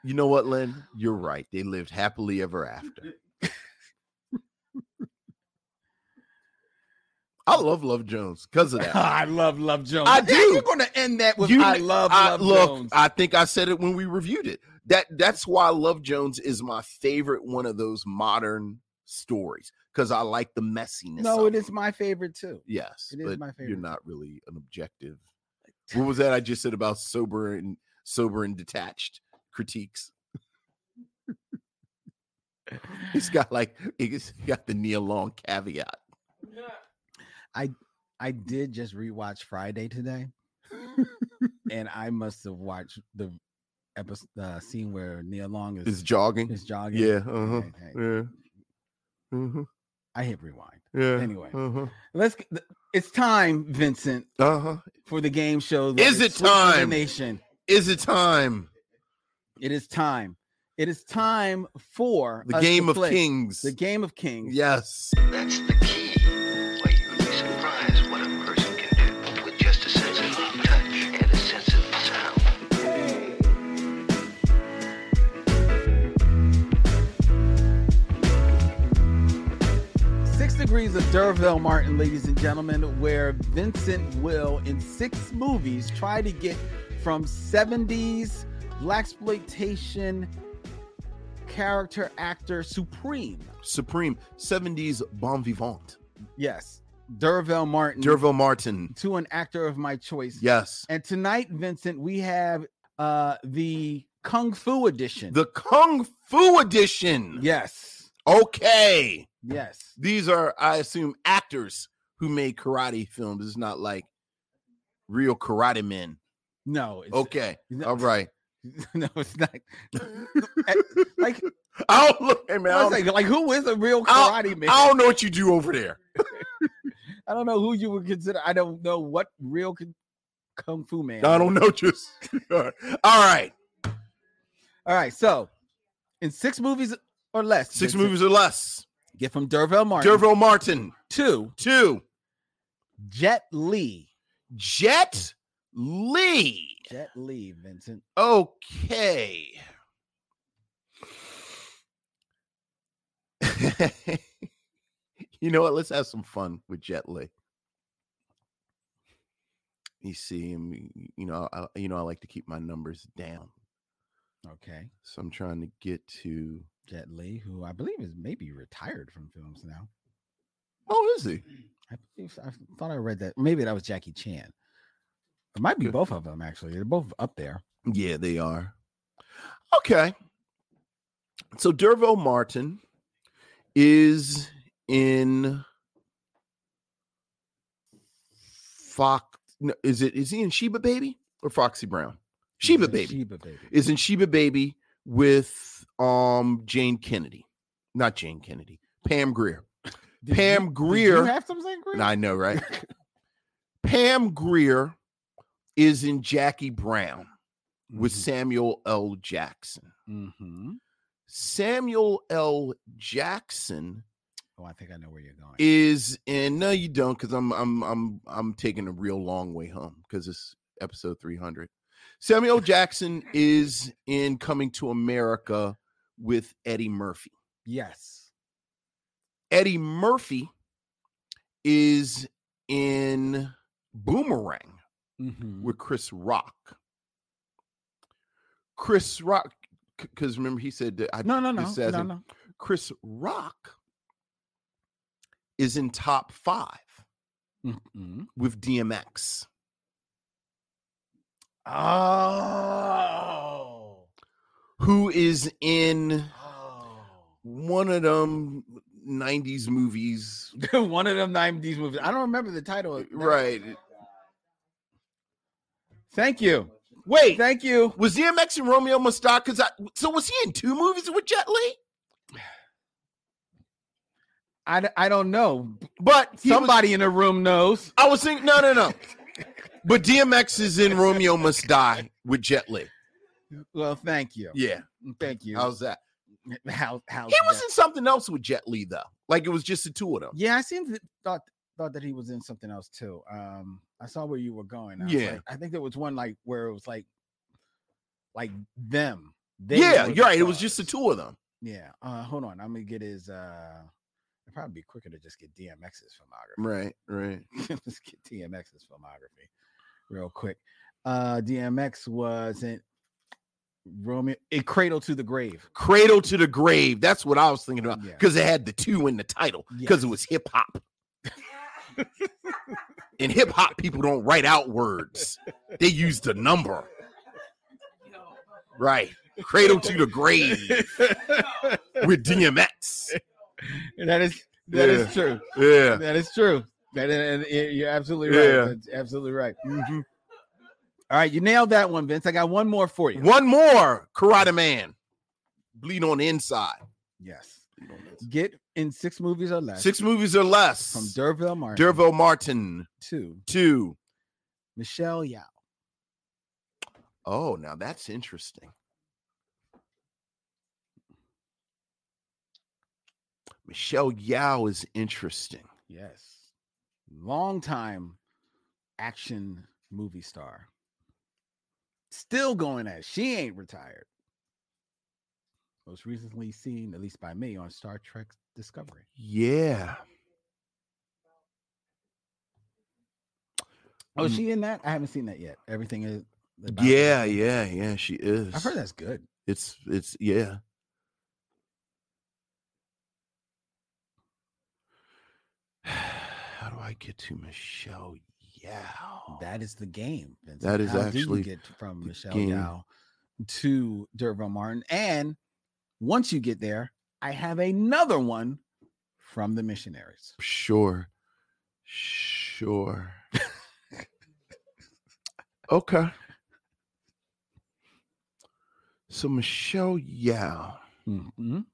you know what lynn you're right they lived happily ever after i love love jones because of that I love Love Jones. I Yeah, do. You're gonna end that with You I kn- love I, Love look, Jones. I think I said it when we reviewed it. That that's why Love Jones is my favorite one of those modern stories because I like the messiness. No, of it is my favorite too. Yes, it is but my You're favorite. not really an objective. What was that I just said about sober and sober and detached critiques? It's got like it's got the near long caveat. I did just rewatch Friday today, and I must have watched the episode, the scene where Neil Long It's is jogging. is jogging. Yeah. Uh-huh. Hey, hey, Yeah. hmm I hit rewind. Yeah. Anyway. Uh-huh. Let's. g- th- It's time, Vincent, Uh-huh. for the game show. that Is it sweeping the time? Nation. Is it time? It is time. It is time for The us to game of play kings. Uh, The game of kings. yes. That's the key. Why you would be surprised what a person can do with just a sense of touch and a sense of sound. Six degrees of Derville Martin, ladies and gentlemen, where Vincent will, in six movies, try to get from 70s black exploitation character actor supreme. Supreme 70s bon vivant. Mm-hmm. Yes, Derville Martin Derville Martin. to an actor of my choice. Yes. And tonight, Vincent, we have uh the Kung Fu edition. The Kung Fu edition. yes, Okay. yes. These are, I assume, actors who made karate films. It's not like real karate men. No, it's Okay. no, All right. No, it's not. like, I don't look, hey man, I I was don't, like, like, who is a real I'll- karate man? I don't know what you do over there. I don't know who you would consider. I don't know what real con- kung fu man. I is. don't know. Just all right. All right, so in six movies or less, Six Vincent, movies or less. get from Derville Martin Derville Martin. to Two. Jet Lee. Jet Lee. Jet Lee, Vincent. Okay. you know what? Let's have some fun with Jet Li. You see him, you know, I, you know, I like to keep my numbers down, Okay, so I'm trying to get to. Jet Lee, who I believe is maybe retired from films now. Oh, is he? I believe I thought I read that. Maybe that was Jackie Chan. It might be Good. both of them actually. They're both up there. Yeah, they are. Okay. So Dervo Martin is in Fox. No, is it is he in Sheba Baby or Foxy Brown? Sheba Yeah, Baby Sheba baby. is in Sheba Baby with um Jane Kennedy. Not Jane Kennedy. Pam Greer. Did Pam you, Did Grier- you have something Greer? I know, right? Pam Greer is in Jackie Brown with Samuel L. Jackson. Mm-hmm. Samuel L. Jackson Oh, I think I know where you're going. is in no, you don't, because I'm I'm I'm I'm taking a real long way home because it's episode 300. Samuel Jackson is in Coming to America with Eddie Murphy. yes. Eddie Murphy is in Boomerang Mm-hmm. with Chris Rock. Chris Rock, because remember he said that I No, no, no, this says no, in- no. Chris Rock is in top five Mm-hmm. with DMX. Oh. Who is in Oh. one of them 90s movies? One of them 90s movies. I don't remember the title. of that. Right. Thank you. Wait, Thank you. was DMX in Romeo Must Die? Because I so was he in two movies with Jet Li? I, d- I don't know. But he was- Somebody in the room knows. I was thinking, no, no, no. But DMX is in Romeo Must Die with Jet Li. Well, thank you. Yeah, Thank you. how's that? how how He was in something else with Jet Li though. Like it was just the two of them. Yeah, I seem to thought thought that he was in something else too. Um, I saw where you were going. I was Yeah. like- I think there was one like where it was like, like them. They Yeah, were you're right. It was just the stars. two of them. Yeah. Uh, hold on. I'm gonna get his. uh It'd probably be quicker to just get DMX's filmography. Right, right. just get DMX's filmography, real quick. Uh, DMX was in Romeo, it cradle to the grave. Cradle to the Grave. That's what I was thinking about Yeah. because it had the two in the title because it was hip hop. In hip hop, people don't write out words, they use the number. Right. Cradle to the Grave with DMX. that is that is Yeah. true. Yeah. That is true. That and and you're absolutely right. Yeah. Mm-hmm. That's absolutely right. Mhm. All right, you nailed that one, Vince. I got one more for you. One more Karate Man. Bleed on the inside. Yes. Get in six movies or less Six movies or less. from Derville Martin Dervo Martin. to Two. Michelle Yao. Oh, now that's interesting. Michelle Yao is interesting. Yes. Longtime action movie star. Still going at it. She ain't retired. Most recently seen, at least by me, on Star Trek Discovery. Yeah. Oh, is Mm. she in that? I haven't seen that yet. Everything is. about her. Yeah, yeah, yeah. She is. I've heard that's good. It's it's yeah. How do I get to Michelle Yao? That is the game. Vincent. Oh. That is How do you actually get from the Michelle game. Yao to Derville Martin. And once you get there, I have another one from the missionaries. Sure. Sure. okay. So Michelle Yao. Mm-hmm. Mhm.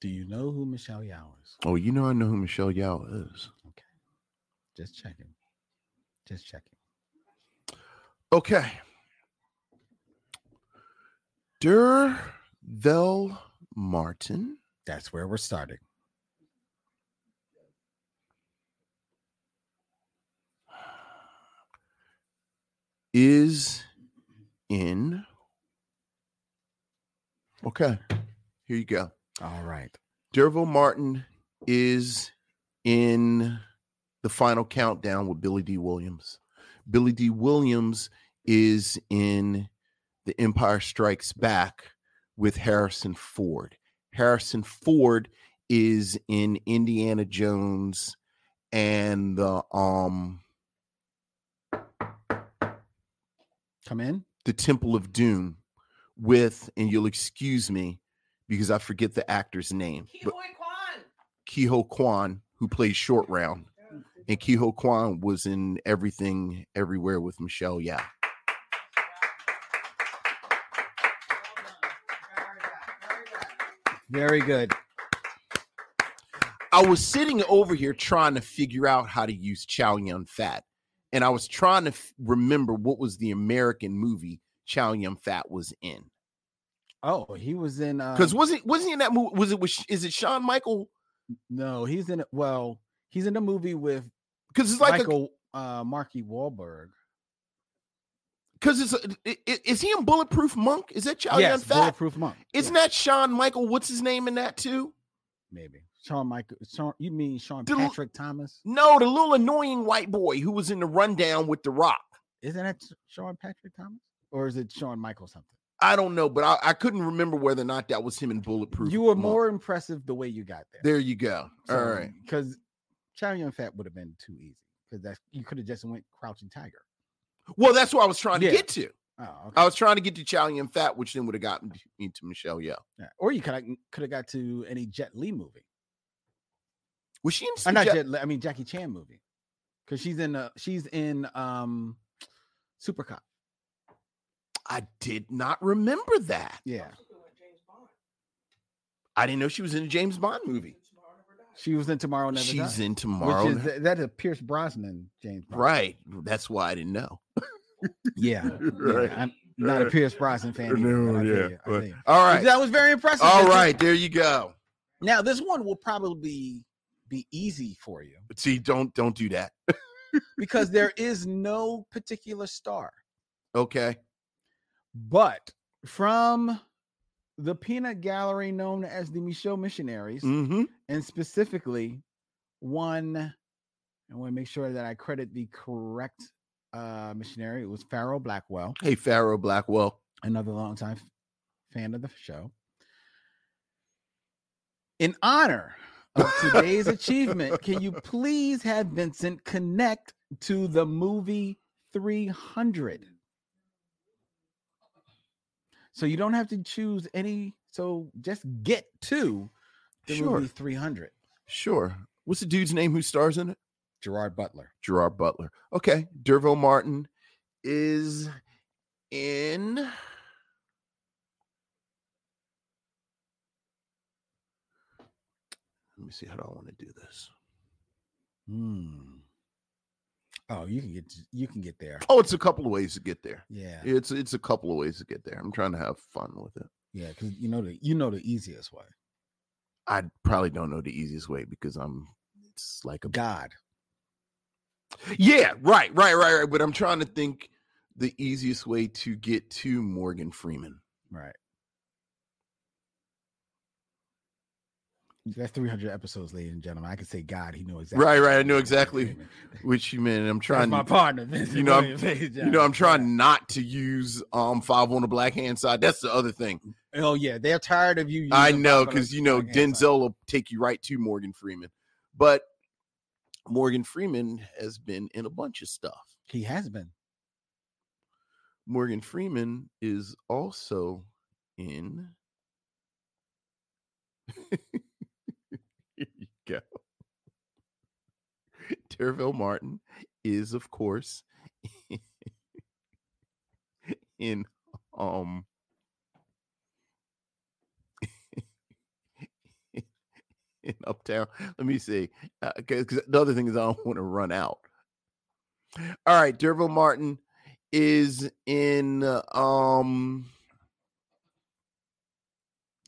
Do you know who Michelle Yao is? Oh, you know I know who Michelle Yao is. Just checking. Just checking. Okay. Durvel Martin. That's where we're starting. is in. Okay, here you go. All right. Derville Martin is in the final countdown with Billy D. Williams. Billy D. Williams is in The Empire Strikes Back with Harrison Ford. Harrison Ford is in Indiana Jones and the um Come in. the Temple of Doom with, and you'll excuse me because I forget the actor's name, but Kiho Kwan, who played Short Round, and Kiho Kwan was in Everything Everywhere with Michelle Yao. Very good. I was sitting over here trying to figure out how to use Chow Yun Fat, and I was trying to f- remember what was the American movie Chow Yun Fat was in. Oh, he was in uh Because wasn't wasn't he in that movie? Was it was is it Sean Michael? no, he's in well, he's in a movie with Because it's like a Michael uh Marky Wahlberg. Because it's a, i- i- is he in Bulletproof Monk? Is that Chow Yun yes, Fat? Bulletproof Monk. Isn't Yeah, that Sean Michael? What's his name in that too? maybe Sean Michael? Sean, you mean Sean Del- Patrick Thomas? No, the little annoying white boy who was in the rundown with The Rock. Isn't that S- Sean Patrick Thomas, or is it Sean Michael something? I don't know, but I, I couldn't remember whether or not that was him in Bulletproof. You were Monk. more impressive the way you got there. There you go. All right. because Chow Yun Fat would have been too easy because that's you could have just went Crouching Tiger. Well, that's what I was trying to Yeah. get to. Oh, okay. I was trying to get to Chow Yun Fat, which then would have gotten me to Michelle Yeoh. Yeah, Or you could have could have got to any Jet Li movie. Was she in? Or some Oh, not Ja- Jet Li, I mean Jackie Chan movie. Because she's in uh she's in um Super Cop. I did not remember that. Yeah. I didn't know she was in a James Bond movie. She was in Tomorrow Never She's Dies, in tomorrow. Which is th- that is Pierce Brosnan James Bond. Right. That's why I didn't know. Yeah. Right. yeah, I'm not a Right. Pierce Brosnan fan. No, either, but I feel yeah, you, I but- feel you. All right. That was very impressive. All Vincent. right. There you go. Now this one will probably be easy for you But see, don't don't do that. because there is no particular star. Okay. But from the peanut gallery known as the Michaud Missionaries, Mhm. and specifically one, I want to make sure that I credit the correct uh, missionary. It was Pharaoh Blackwell, Hey, Pharaoh Blackwell. another longtime f- fan of the show. In honor of today's achievement, can you please have Vincent connect to the movie 300? So you don't have to choose any. So just get to the Sure, movie 300. sure. What's the dude's name who stars in it? Gerard Butler. Gerard Butler. Okay, Dervo Martin is in. Let me see how do I want to do this. Hmm. Oh, you can get you can get there. Oh, it's a couple of ways to get there. Yeah, It's it's a couple of ways to get there. I'm trying to have fun with it. yeah, because you know the you know the easiest way. I probably don't know the easiest way because I'm it's like a God. Yeah, right, right, right, right. But I'm trying to think the easiest way to get to Morgan Freeman. Right. That's 300 episodes, ladies and gentlemen. I can say God, he knew exactly. Right, what right, I was knew going on, exactly Freeman. Which you mean I'm That's trying my partner, Vincent you know, I'm- Williams, ladies and you know, I'm gentlemen. trying not to use um five on the black hand side. That's the other thing. Oh yeah, they're tired of you. I using know Buffalo because you know Black Hand Side. Denzel will take you right to Morgan Freeman, but Morgan Freeman has been in a bunch of stuff. He has been. Morgan Freeman is also in. Here you go. Terville Martin is, of course, in um in Uptown. Let me see, because the other thing is I don't want to run out. All right, Derville Martin is in uh, um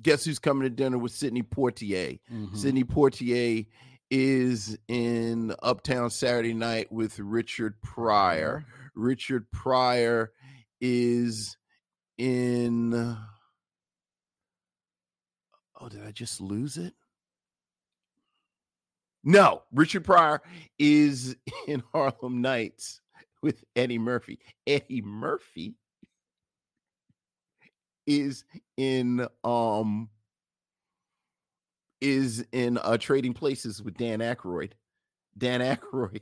guess who's coming to dinner with Sidney Poitier. Mhm. Sidney Poitier is in Uptown Saturday Night with Richard Pryor. Richard Pryor is in Oh, did I just lose it? No, Richard Pryor is in Harlem Nights with Eddie Murphy. Eddie Murphy is in um is in uh, Trading Places with Dan Aykroyd. Dan Aykroyd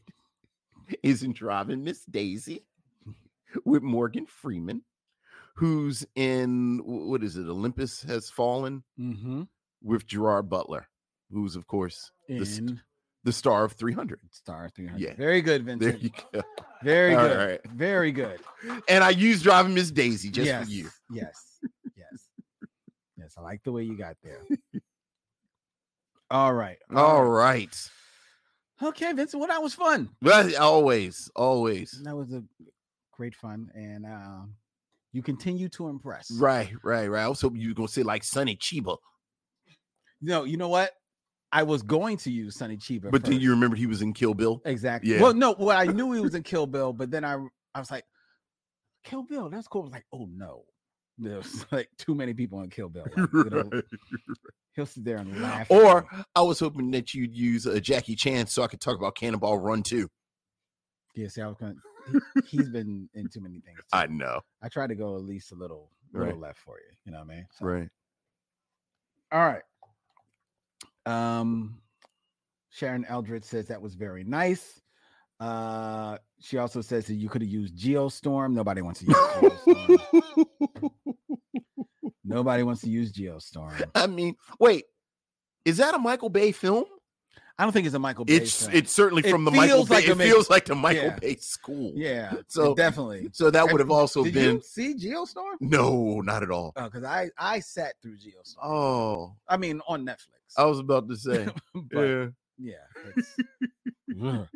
is in Driving Miss Daisy with Morgan Freeman, who's in wh- what is it? Olympus Has Fallen Mhm. with Gerard Butler, who's of course s- In the star of 300. Star 300. Yeah. Very good, There Vincent. you go. Very All good. right. Very good. And I use Driving Miss Daisy just yes. for you. Yes. Yes. yes. I like the way you got there. All right. uh, All right. Okay, Vincent. Well, that was fun. Well, always, always. That was a great fun, and um, you continue to impress. Right, right, right. I was hoping you were gonna say like Sonny Chiba, No, you know what? I was going to use Sonny Chiba, but then first. you remembered he was in Kill Bill. exactly. Yeah. Well, no. Well, I knew he was in Kill Bill, but then I I was like, Kill Bill. That's cool. I was like, oh no, there's like too many people in Kill Bill. Like, it'll- Right. He'll sit there and laugh. at Or me. I was hoping that you'd use uh, Jackie Chan so I could talk about Cannonball Run too. yeah, see, I was going. He, has been in too many things. too. know. I try to go at least a little, Right. little left for you. You know what I mean? So- Right. All right. Um, Sharon Eldridge says that was very nice. Uh, she also says that you could have used Geostorm. Nobody wants to use Geostorm. Nobody wants to use Geostorm. I mean, wait, is that a Michael Bay film? I don't think it's a Michael Bay. It's film. it's certainly It from the Michael feels Bay. like a it Mick- feels like the Michael Yeah. Bay school. yeah. it So- definitely. So that I- would have also Did been you see Geostorm? no, not at all. Oh, because I I sat through Geostorm. Oh, I mean on Netflix. I was about to say. but yeah. yeah, it's, Ugh,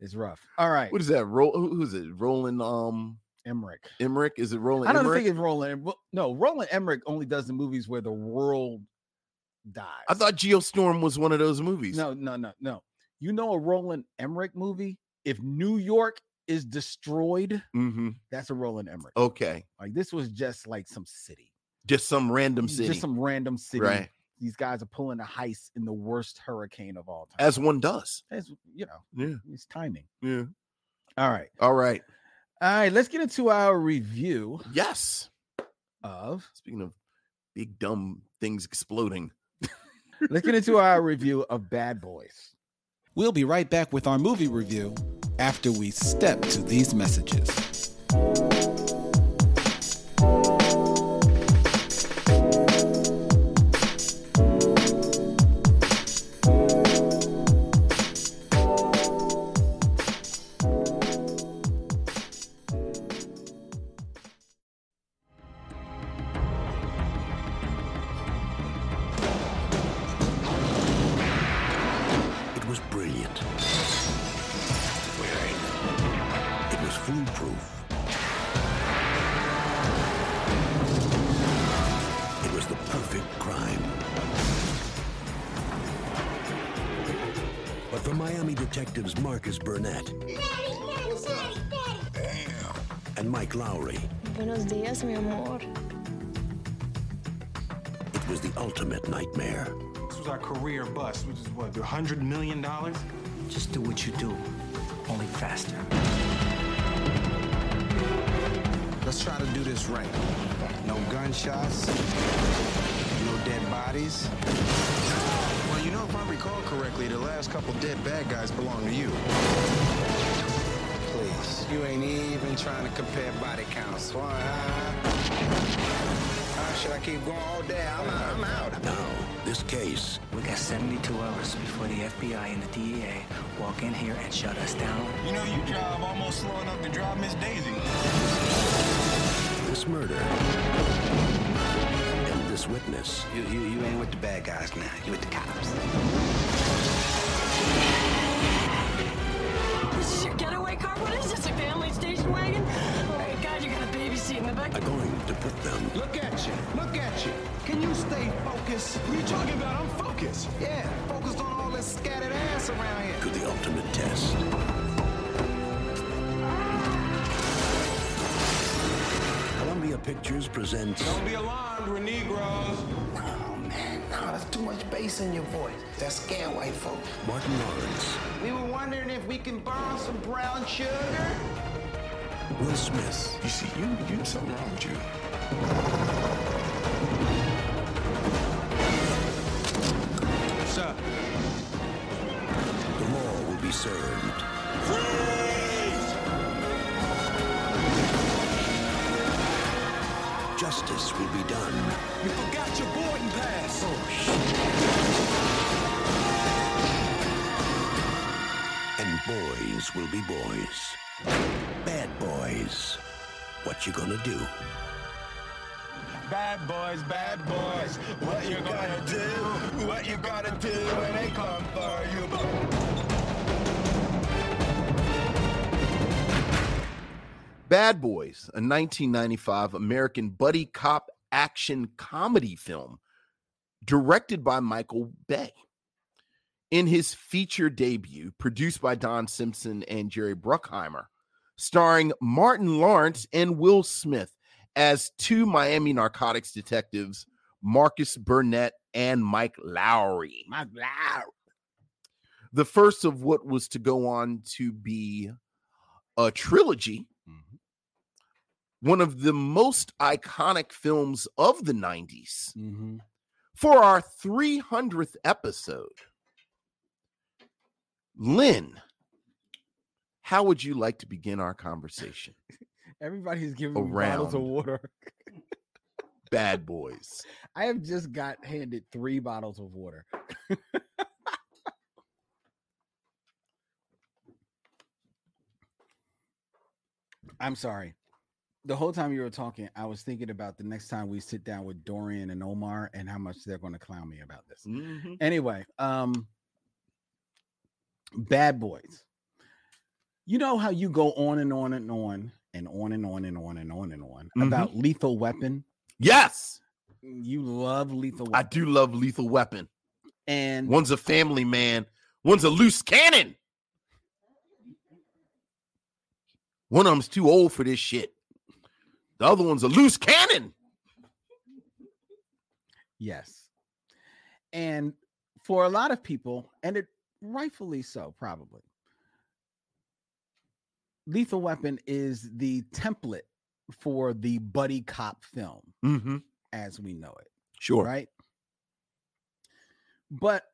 it's rough. All right, What is that? Roll who- who's it? Roland um Emmerich. Emmerich? Is it Roland I don't Emmerich? think it's Roland. Well, No, Roland Emmerich only does the movies where the world dies. I thought Geostorm was one of those movies. No, no, no, no. You know a Roland Emmerich movie? If New York is destroyed, hmm Oh. that's a Roland Emmerich. Okay. Like this was just like some city. just some random He's city, Just some random city. right? These guys are pulling a heist in the worst hurricane of all time. As one does. As you know, Yeah, it's timing. yeah. All right. All right. All right, let's get into our review Yes. of Speaking of big dumb things exploding, let's get into our review of Bad Boys. We'll be right back with our movie review after we step to these messages. It was brilliant. It was foolproof. It was the perfect crime. But for Miami detectives Marcus Burnett and Mike Lowry, Buenos días, mi amor. it was the ultimate nightmare. This was our career bust, which is what, $100 million? Just do what you do, only faster. Let's try to do this right. No gunshots, no dead bodies. Well, you know, if I recall correctly, the last couple dead bad guys belong to you. Please, you ain't even trying to compare body counts. Why? How should I keep going all day? I'm, I'm out. Now, this case We got 72 hours before the FBI and the DEA walk in here and shut us down. You know, you drive almost slow enough to drive Miss Daisy. This murder and this witness You, you, you ain't with the bad guys now. You with the cops. This is your getaway car? What is this, a family station wagon? Oh my god, you got a baby seat in the back. are going to put them Look at you. Look at you. Can you stay focused? What are you talking about? I'm focused. Yeah, focused on all this scattered ass around here. to the ultimate test. Columbia Pictures presents Don't be alarmed, we're Negroes. Oh man, no, that's too much bass in your voice. That scare white folks. Martin Lawrence, We were wondering if we can borrow some brown sugar. Will Smith, You see, you, you, something wrong with you. What's up? the law will be served. Justice will be done. You forgot your boarding pass. Oh, and boys will be boys. Bad boys. What you gonna do? Bad boys, bad boys. What you gonna do? What you gonna do when they come for you? Bad Boys, a 1995 American buddy cop action comedy film directed by Michael Bay. In his feature debut, produced by Don Simpson and Jerry Bruckheimer, starring Martin Lawrence and Will Smith as two Miami narcotics detectives, Marcus Burnett and Mike Lowry. My loud. The first of what was to go on to be a trilogy one of the most iconic films of the 90s Mm-hmm. for our 300th episode. Lynn, how would you like to begin our conversation? Everybody's giving me bottles of Around. water. Bad boys. I have just got handed three bottles of water. I'm sorry. The whole time you were talking, I was thinking about the next time we sit down with Dorian and Omar and how much they're going to clown me about Mm-hmm. this. Anyway, um Bad Boys. You know how you go on and on and on and on and on and on and on and on Mhm. about Lethal Weapon? Yes, You love Lethal Weapon. I do love Lethal Weapon. And One's a family man, one's a loose cannon. One of them's too old for this shit. The other one's a loose cannon. Yes. And for a lot of people, and it rightfully so, probably, Lethal Weapon is the template for the buddy cop film Mm-hmm. as we know it. Sure. Right. But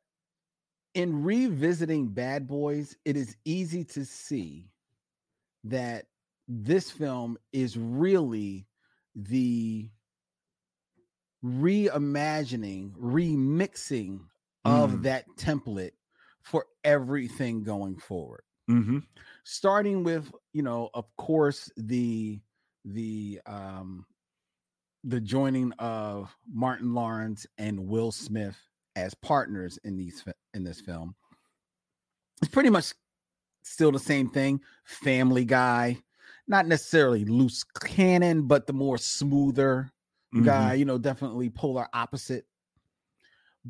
in revisiting Bad Boys, it is easy to see that this film is really the reimagining, remixing of Mm. that template for everything going forward Mm-hmm. starting with you know of course the the um the joining of Martin Lawrence and Will Smith as partners in these fi- in this film it's pretty much still the same thing family guy not necessarily loose cannon but the more smoother Mhm. guy you know definitely polar opposite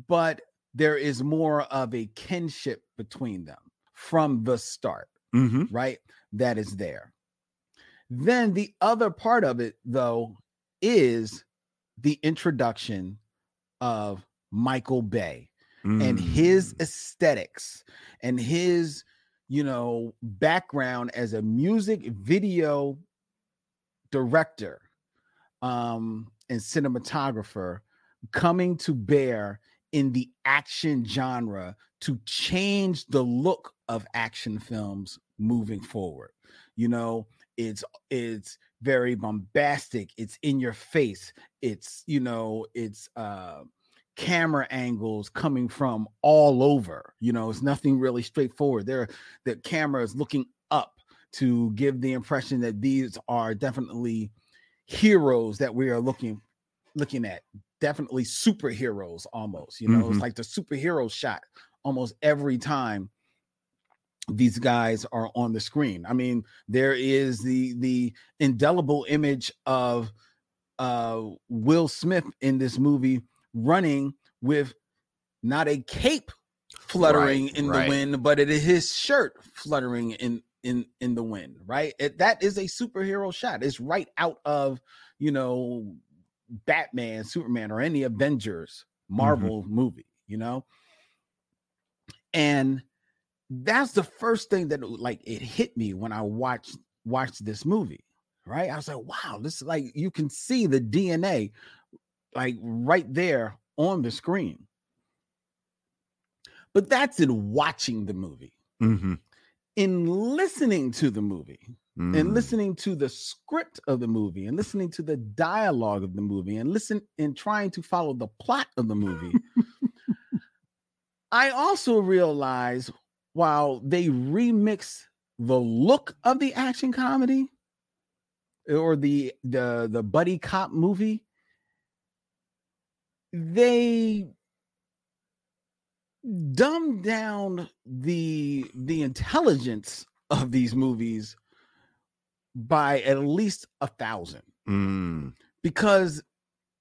but there is more of a kinship between them from the start Mm-hmm. right? That is there. Then the other part of it, though, is the introduction of Michael Bay Mm. and his aesthetics and his, you know, background as a music video director um, and cinematographer coming to bear in the action genre to change the look of action films moving forward. You know, it's it's very bombastic, it's in your face, it's you know, it's uh camera angles coming from all over. You know, it's nothing really straightforward. There the camera is looking up to give the impression that these are definitely heroes that we are looking looking at definitely superheroes almost you know Mhm. it's like the superhero shot almost every time these guys are on the screen i mean there is the the indelible image of uh will smith in this movie running with not a cape fluttering Right, in right. the wind but it is his shirt fluttering in in in the wind right it, that is a superhero shot it's right out of you know Batman, Superman, or any Avengers Marvel movie, you know? And that's the first thing that like it hit me when I watched watched this movie, right? I was like, wow, this is like you can see the DNA like right there on the screen. But that's in watching the movie, Mm-hmm. in listening to the movie Mm. Mm-hmm. and listening to the script of the movie and listening to the dialogue of the movie and listen and trying to follow the plot of the movie i also realize while they remix the look of the action comedy eh, or the the the buddy cop movie they dumb down the the intelligence of these movies by at least a thousand Mm. because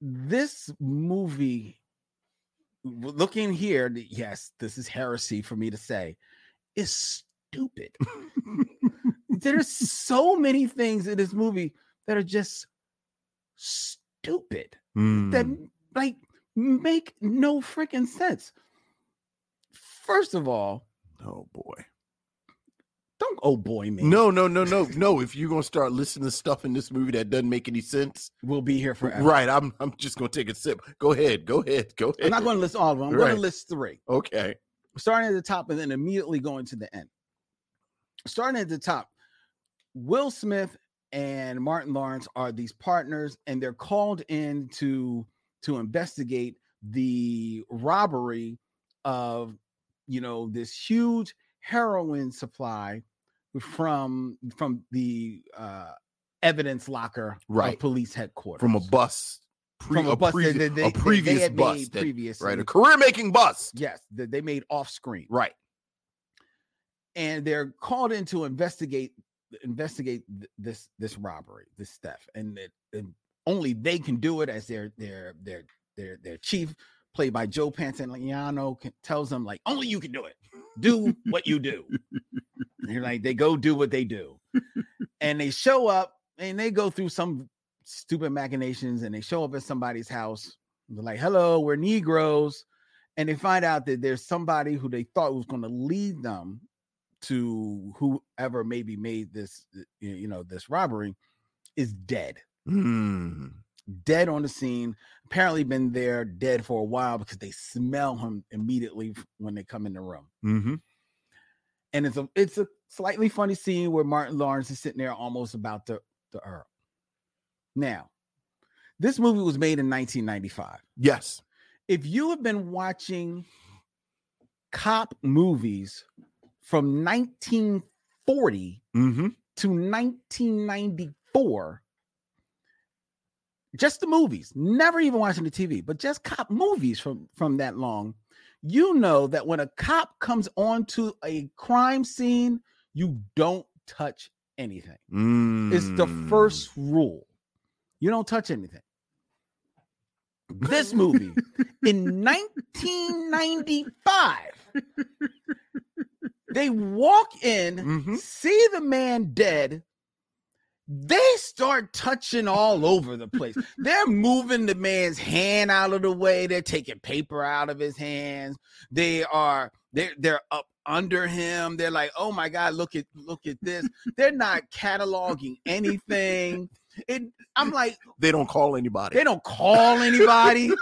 this movie w- looking here th- yes this is heresy for me to say is stupid there's so many things in this movie that are just stupid that Mm. like make no freaking sense first of all Oh boy. don't oh boy me No, no, no, no, no. If you're gonna start listening to stuff in this movie that doesn't make any sense, we'll be here forever right? I'm I'm just gonna take a sip. Go ahead. Go ahead. Go ahead. i'm not going to list all of them i'm going Right. to list three okay. starting at the top and then immediately going to the end. Starting at the top, Will Smith and Martin Lawrence are these partners, and they're called in to to investigate the robbery of you know this huge heroin supply from from the uh evidence locker Right. of police headquarters From a bus. Pre, From a bus that previ- they- they- a that they previous had bus. made that- Right. previously. A career making bus. yes that they made off screen Right. and they're called in to investigate investigate th- this this robbery, this theft, and, it, and only they can do it as their their their their their chief, played by Joe Pantoliano, can, tells them like only you can do it. Do what you do. and you're like they go do what they do, and they show up and they go through some stupid machinations, and they show up at somebody's house. They're like, hello, we're Negroes. And they find out that there's somebody who they thought was going to lead them to whoever maybe made this, you you know, this robbery is dead. Mm. Dead on the scene. Apparently been there dead for a while because they smell him immediately when they come in the room Mm-hmm. and it's a it's a slightly funny scene where Martin Lawrence is sitting there almost about to to Earl. Now, this movie was made in 1995. Yes. If you have been watching cop movies from 1940 Mm-hmm. to 1994, just the movies, never even watching the TV, but just cop movies from from that long, you know that when a cop comes onto a crime scene, you don't touch anything. It's the first rule. You don't touch anything. This movie in 1995, they walk in, Mm. Hmm? Mm-hmm. see the man dead. They start touching all over the place. They're moving the man's hand out of the way. They're taking paper out of his hands. They are they're they're up under him. They're like, oh my god, look at look at this. They're not cataloging anything. It, I'm like, They don't call anybody. they don't call anybody.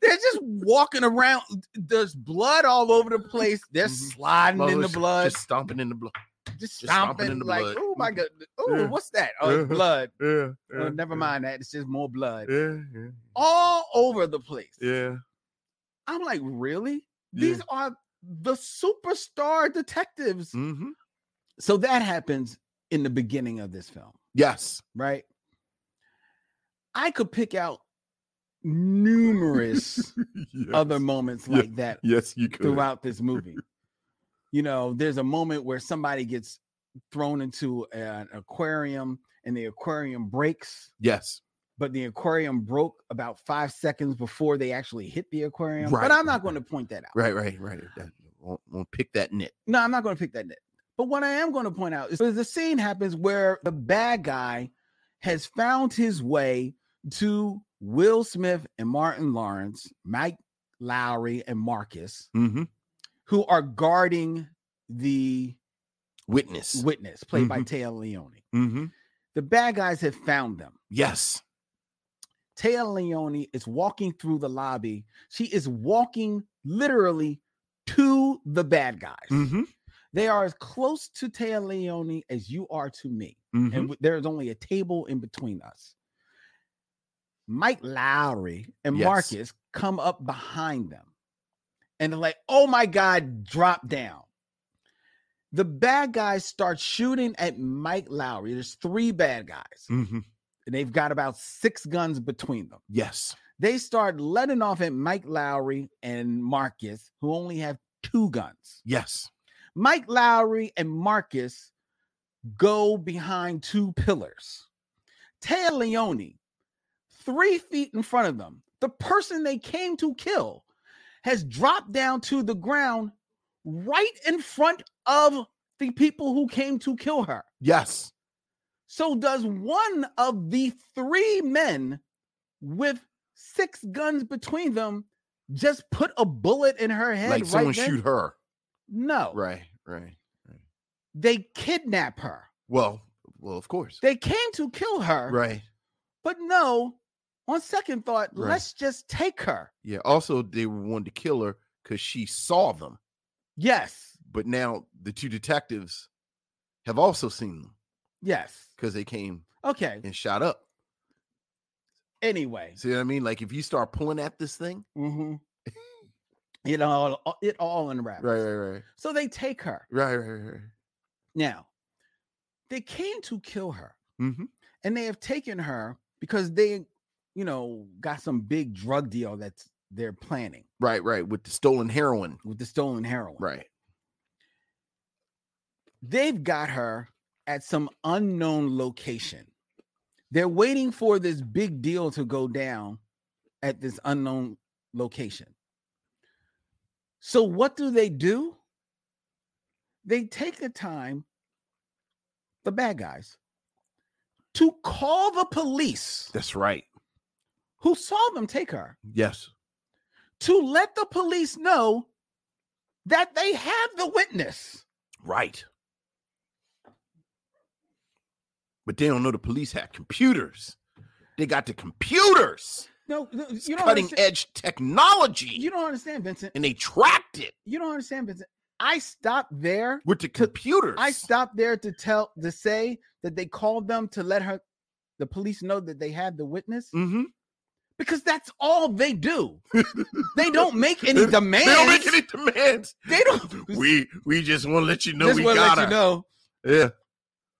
They're just walking around. There's blood all over the place. They're Mhm. sliding in the Just- blood, Just stomping in the blood. just, stomping, stomping in the like, blood. Mm-hmm. oh my god, oh, Yeah. what's that? Oh, it's Yeah. blood. Yeah. Oh, never mind that. It's just more blood Yeah. Yeah. all over the place. Yeah. I'm like, really? Yeah. These are the superstar detectives. Mm-hmm. So that happens in the beginning of this film. Yes. right? I could pick out numerous other moments Yeah. like that Yes, you could. throughout this movie. You know, there's a moment where somebody gets thrown into an aquarium and the aquarium breaks, Yes. but the aquarium broke about five seconds before they actually hit the aquarium. Right, But I'm not right, going to point that out. Right. Right. Right. That- won't, won't pick that nit. No, I'm not going to pick that nit. But what I am going to point out is the scene happens where the bad guy has found his way to Will Smith and Martin Lawrence, Mike Lowry and Marcus, Mm-hmm. who are guarding the Witness. witness played by Mhm. Taya Leone. mm-hmm. The bad guys have found them. Yes. Taya Leone is walking through the lobby. She is walking literally to the bad guys. Mm-hmm. They are as close to Taya Leone as you are to me. Mm-hmm. and w- there's only a table in between us. Mike Lowry and Yes. Marcus come up behind them and they're like, oh my God, drop down. The bad guys start shooting at Mike Lowry. There's three bad guys, mm-hmm. and they've got about six guns between them. Yes. They start letting off at Mike Lowry and Marcus, who only have two guns. Yes. Mike Lowry and Marcus go behind two pillars. Taya Leone, three feet in front of them, the person they came to kill has dropped down to the ground right in front of the people who came to kill her. Yes. So, does one of the three men with six guns between them just put a bullet in her head? Like right Oh. someone then? shoot her. No. Right. Right. They kidnap her. Well. Well, of course. They came to kill her, right. but no, on second thought, Right. let's just take her. Yeah. Also, they wanted to kill her because she saw them, Yes, but now the two detectives have also seen them yes. because they came Okay. and shot up. Anyway, See what I mean? Like if you start pulling at this thing, hmm it all it all unravels. right, right, right, So they take her right, right, right. right. now. They came to kill her, Mm-hmm. and they have taken her because they, you know, got some big drug deal that's they're planning Right, right. With the stolen heroin. with the stolen heroin. Right. they've got her at some unknown location. They're waiting for this big deal to go down at this unknown location. So, what do they do? They take the time, the bad guys, to call the police That's right. who saw them take her Yes. to let the police know that they have the witness. Right. But they don't know the police had computers. They got the computers, No, no, you don't cutting understand- edge technology, You don't understand, Vincent. and they tracked it You don't understand, Vincent. I stopped there. with the computers. I stopped there to tell to say that they called them to let her the police know that they had the witness mm-hmm. because that's all they do. they don't make any They demands. don't make any demands. They don't- We we just want to let you know Just we wanna got let you her. know Yeah.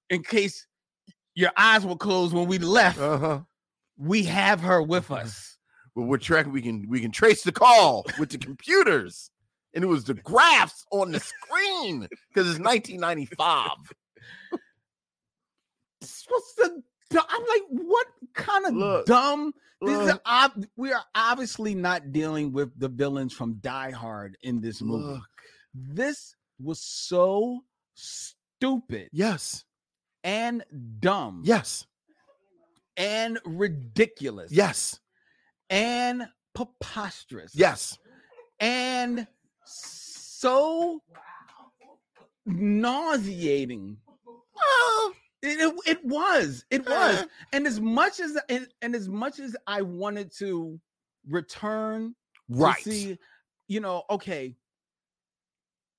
in case your eyes were closed when we left. Uh huh. we have her with us. But we're tracking. We can we can trace the call with the computers, and it was the graphs on the screen because it's 1995. This was the du- I'm like, what kind of Look, dumb? This is Look, ob- we are obviously not dealing with the villains from Die Hard in this movie. look. This was so stupid Yes. and dumb Yes. and ridiculous Yes. and preposterous Yes. and so nauseating. It, it, it was it was Uh. and as much as and, and as much as i wanted to return to Right. see you know okay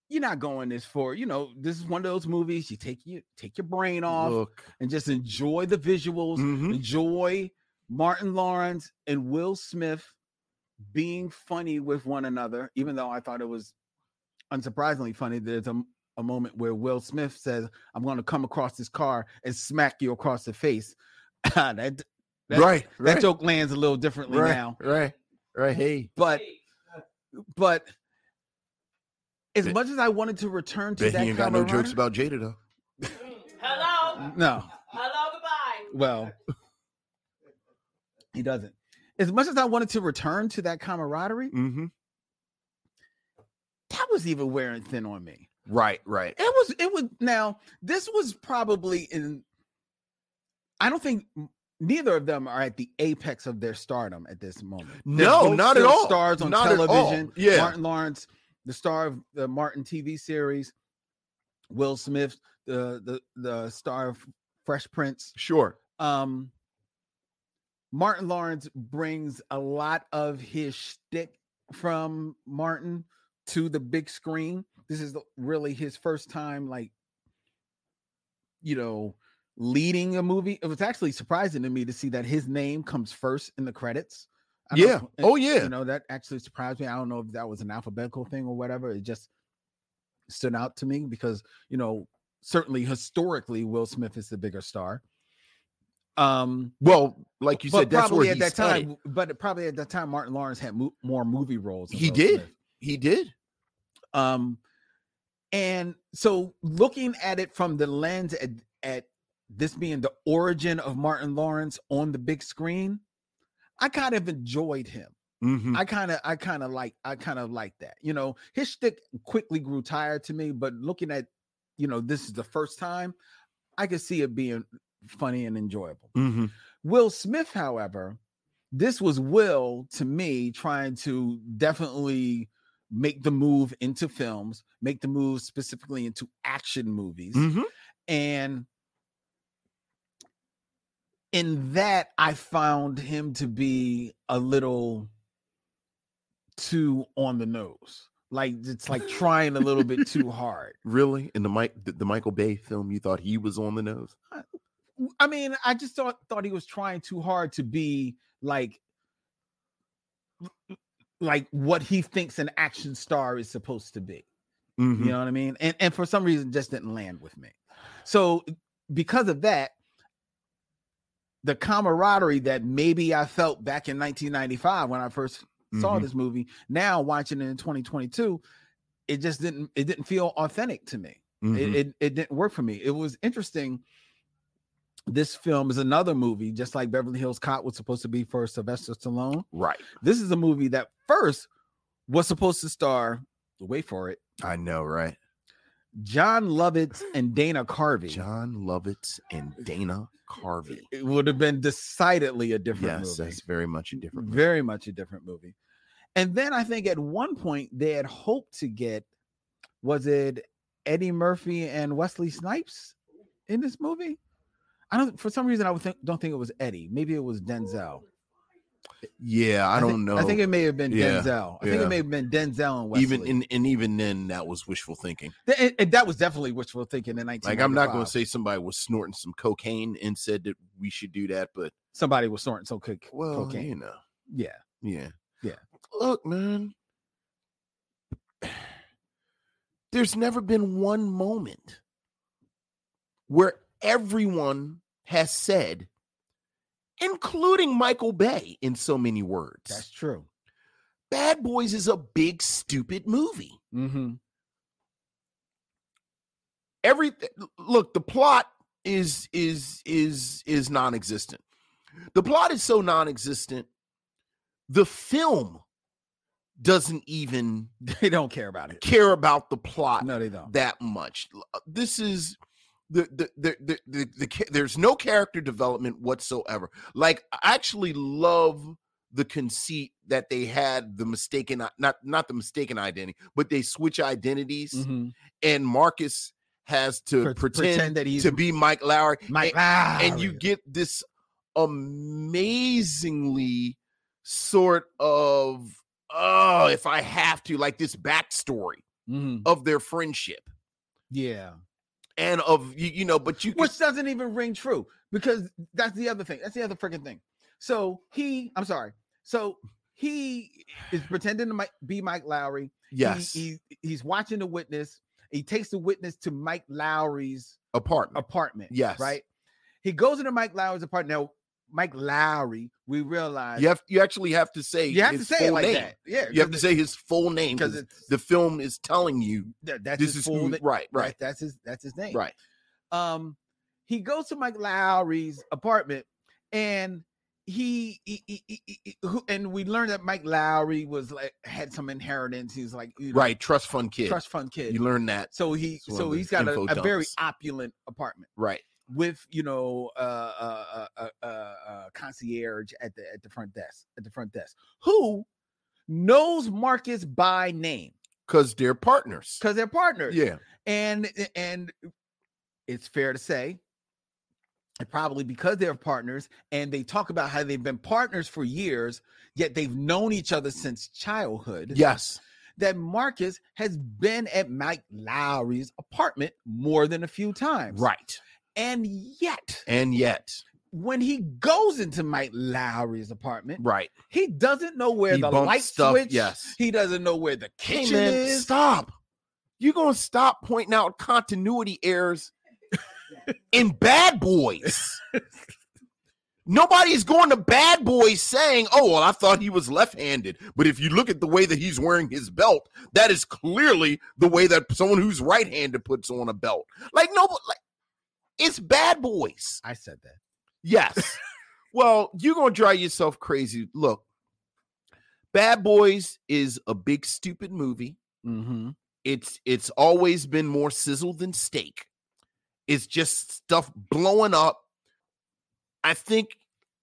you're not going this for you know this is one of those movies you take you take your brain off Look. and just enjoy the visuals Mhm. enjoy Martin Lawrence and Will Smith being funny with one another, even though I thought it was unsurprisingly funny. There's a, a moment where Will Smith says, I'm going to come across this car and smack you across the face. that, that, right. that Right. joke lands a little differently right, now, Right. Right. Hey. but, but as Bet- much as I wanted to return Bet to he that ain't got kind no of jokes about Jada though. Hello? no, Hello, goodbye. Well, he doesn't. As much as I wanted to return to that camaraderie, Mm-hmm. that was even wearing thin on me. Right. Right. It was, it was now, this was probably in, I don't think m- neither of them are at the apex of their stardom at this moment. They're No, both not at still all. Stars on Not at all. television. Yeah. Martin Lawrence, the star of the Martin TV series, Will Smith, the the the star of Fresh Prince. Sure. um Martin Lawrence brings a lot of his shtick from Martin to the big screen. This is the- really his first time, like, you know, leading a movie. It was actually surprising to me to see that his name comes first in the credits. I don't- Yeah. it- Oh yeah. You know, that actually surprised me. I don't know if that was an alphabetical thing or whatever. It just stood out to me because, you know, certainly historically, Will Smith is the bigger star. Um, Well, like you said, that's where probably he's at that headed. time, but probably at that time, Martin Lawrence had mo- more movie roles. than He Will did. Smith. He did. Um, and so looking at it from the lens at, at this being the origin of Martin Lawrence on the big screen, I kind of enjoyed him. Mm-hmm. I kind of, I kind of like, I kind of like that. You know, his shtick quickly grew tired to me, but looking at, you know, this is the first time, I could see it being funny and enjoyable. Mm-hmm. Will Smith, however, this was Will to me trying to definitely make the move into films, make the move specifically into action movies. Mm-hmm. And in that, I found him to be a little too on the nose. Like it's like trying a little bit too hard. Really? In the Mike the, the Michael Bay film, you thought he was on the nose? w- I mean, I just thought thought he was trying too hard to be like like what he thinks an action star is supposed to be. Mm-hmm. You know what I mean? And and for some reason it just didn't land with me. So e, because of that, the camaraderie that maybe I felt back in 1995 when I 1st saw Mhm. this movie, now watching it in 2022, it just didn't it didn't feel authentic to me Mhm. it, it, it didn't work for me it was interesting this film is another movie just like beverly hills cop was supposed to be for sylvester stallone right. this is a movie that first was supposed to star wait for it I know, right? John Lovitz and Dana Carvey. John Lovitz and Dana Carvey. It would have been decidedly a different Yes, movie. that's very much a different. movie. Very much a different movie. And then I think at one point they had hoped to get was it Eddie Murphy and Wesley Snipes in this movie? I don't for some reason I would think don't think it was Eddie. Maybe it was Denzel. Yeah, I, don't think- know. I think it may have been Yeah, Denzel. I think yeah. it may have been Denzel and Wesley. even in, and even then, that was wishful thinking. Th- and- and that was definitely wishful thinking in 1995. Like I'm not going to say somebody was snorting some cocaine and said that we should do that, but somebody was snorting so cook well, cocaine. you know, Yeah. yeah, Yeah. Look, man, there's never been one moment where everyone has said, including Michael Bay, in so many words, That's true. Bad Boys is a big stupid movie. Mm-hmm. every look the plot is is is is non-existent the plot is so non-existent the film doesn't even They don't care about it. care about the plot No, they don't. that much L- uh, this is the the, the, the, the, the ca- there's no character development whatsoever like i actually love the conceit that they had the mistaken i- not not the mistaken identity but they switch identities Mhm. and Marcus has to Pre- pretend, that he's to be Mike Ah, Lowry. Mike and, and Lowry. you get this amazingly sort of oh, if I have to, like this backstory Mhm. of their friendship Yeah. and of you, you know, but you can- Which doesn't even ring true because that's the other thing. That's the other freaking thing. So he, I'm sorry. So he is pretending to mi- be Mike Lowry. He- yes, He, he's watching the witness. He takes the witness to Mike Lowry's apartment. apartment. Yes. Right. He goes into Mike Lowry's apartment. Now, Mike Lowry, we realize You have you actually have to say you have to his say it full like name. that. Yeah. You have to say his full name because because it's the film is telling you that- that's this his is full who, na- right, right, that- That's his that's his name. right. um he goes to Mike Lowry's apartment and he, he, he- he- he- he- who, and we learned that Mike Lowry was like had some inheritance. He's like you know, Right, trust fund kid. trust fund kid. you learn that. so he It's one so of the he's got a, info a very dumps. opulent apartment Right. with you know uh, uh, uh, uh, uh, concierge at the at the front desk at the front desk who knows Marcus by name Cause they're partners. because they're partners Yeah. and and it's fair to say and probably because they're partners and they talk about how they've been partners for years yet they've known each other since childhood Yes. that marcus has been at mike lowry's apartment more than a few times Right. and yet And yet, when he goes into mike lowry's apartment right. he doesn't know where He the bumps light stuff, switch yes. he doesn't know where the Hey, kitchen man, is stop. You're going to stop pointing out continuity errors in Bad Boys. Nobody's going to Bad Boys saying, oh, well, I thought he was left handed. But if you look at the way that he's wearing his belt, that is clearly the way that someone who's right handed puts on a belt. Like, no, like, it's Bad Boys. i said that Yes. well, you're gonna drive yourself crazy. Look, Bad Boys is a big stupid movie. mm-hmm. It's it's always been more sizzle than steak. It's just stuff blowing up. I think,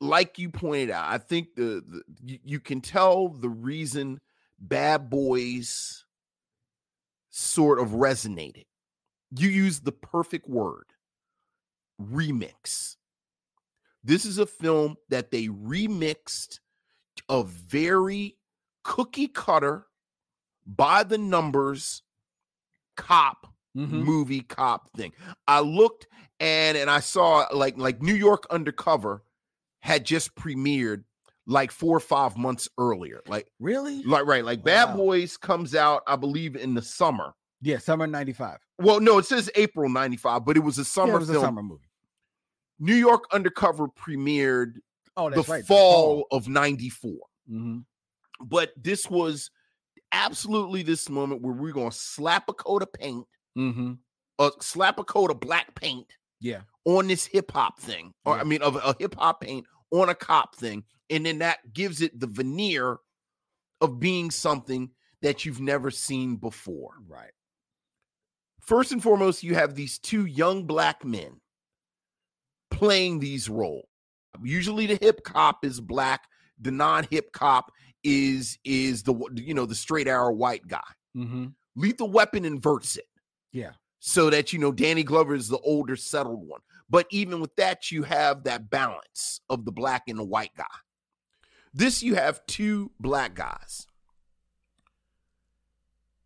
like you pointed out, I think the, the you, you can tell the reason Bad Boys sort of resonated. You use the perfect word remix. This is a film that they remixed a very cookie cutter by the numbers cop Mm-hmm. movie cop thing. I looked and and I saw like like New York Undercover had just premiered like 4 or 5 months earlier. Like really like right, like Wow. Bad Boys comes out I believe in the summer. yeah summer 95 Well, no, it says April 95, but it was a summer Yeah, it was film. a summer movie. New York Undercover premiered Oh, the fall of 94. Mhm. But this was absolutely this moment where we're going to slap a coat of paint, Mhm. uh, slap a coat of black paint Yeah. on this hip hop thing, or Yeah. I mean, of a hip hop paint on a cop thing. And then that gives it the veneer of being something that you've never seen before. Right. First and foremost, you have these two young black men playing these roles. Usually, the hip cop is black. The non-hip cop is is the you know the straight arrow white guy. Mm-hmm. Lethal Weapon inverts it Yeah. so that you know Danny Glover is the older, settled one. But even with that, you have that balance of the black and the white guy. This you have two black guys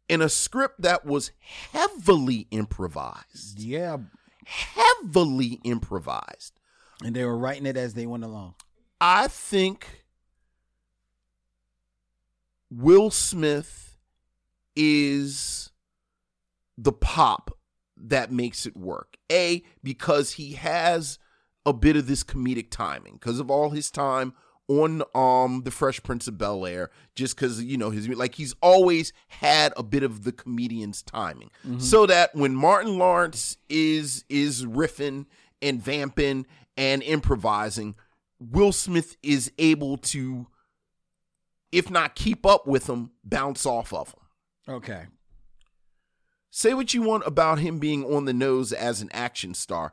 in a script that was heavily improvised, Yeah. heavily improvised. And they were writing it as they went along. I think Will Smith is the pop that makes it work. A, because he has a bit of this comedic timing because of all his time on um the Fresh Prince of Bel Air, just because you know his like he's always had a bit of the comedian's timing, so that when Martin Lawrence is is riffing and vamping and improvising, Will Smith is able to, if not keep up with him, bounce off of him. Okay. Say what you want about him being on the nose as an action star.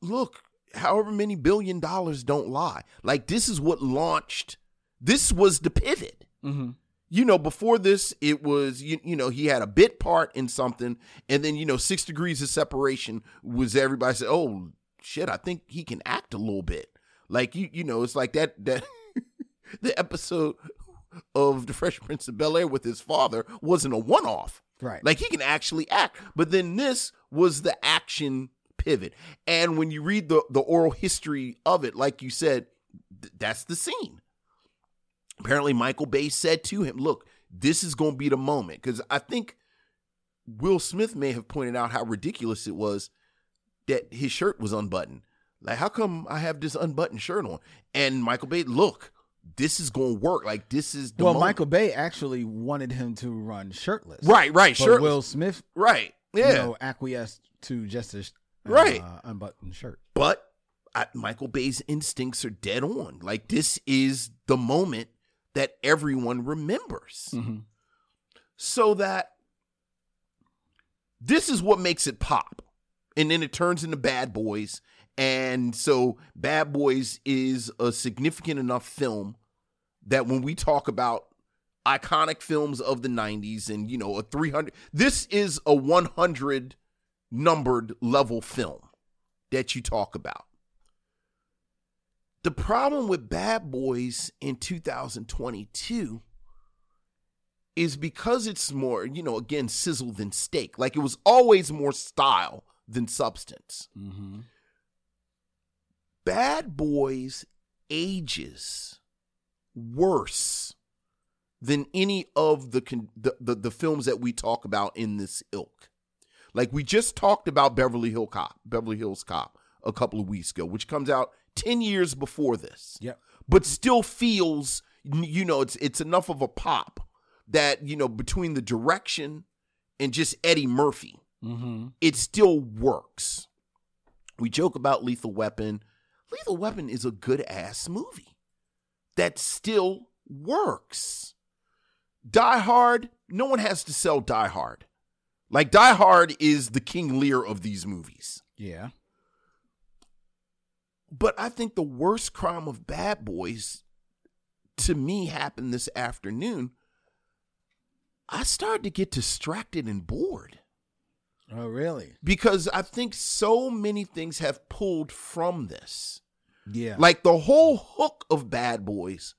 Look, however many billion dollars don't lie. Like this is what launched. This was the pivot. Mm-hmm. You know, before this, it was you, you know he had a bit part in something, and then you know six degrees of separation was everybody said, oh shit, I think he can act a little bit. Like you you know it's like that that the episode of the Fresh Prince of Bel Air with his father wasn't a one off. Right. Like he can actually act. But then this was the action pivot. And when you read the the oral history of it, like you said, th- that's the scene. Apparently Michael Bay said to him, "Look, this is going to be the moment cuz I think Will Smith may have pointed out how ridiculous it was that his shirt was unbuttoned. Like how come I have this unbuttoned shirt on?" And Michael Bay, "Look, this is going to work. Like this is the well, moment." Michael Bay actually wanted him to run shirtless. Right, right, But shirtless. Will Smith, right. yeah. Yeah. you know, acquiesced to just a sh- Right. uh, unbuttoned shirt. but I, Michael Bay's instincts are dead on. Like this is the moment that everyone remembers. Mhm. So that this is what makes it pop. And then it turns into Bad Boys. And so Bad Boys is a significant enough film that when we talk about iconic films of the 90s and you know a 300 this is a 100 numbered level film that you talk about. The problem with Bad Boys in 2022 is because it's more, you know, again, sizzle than steak. Like it was always more style than substance. Mm-hmm. Bad Boys ages worse than any of the con- the, the, the films that we talk about in this ilk. Like we just talked about Beverly Hill Cop, Beverly Hills Cop a couple of weeks ago, which comes out 10 years before this. Yep. But still feels you know it's it's enough of a pop that you know between the direction and just Eddie Murphy Mm-hmm. it still works. We joke about Lethal Weapon. Lethal Weapon is a good ass movie that still works. Die Hard, no one has to sell Die Hard. Like, Die Hard is the King Lear of these movies. Yeah. But I think the worst crime of Bad Boys to me happened this afternoon. I started to get distracted and bored. Oh, really? because I think so many things have pulled from this. Yeah. Like the whole hook of Bad Boys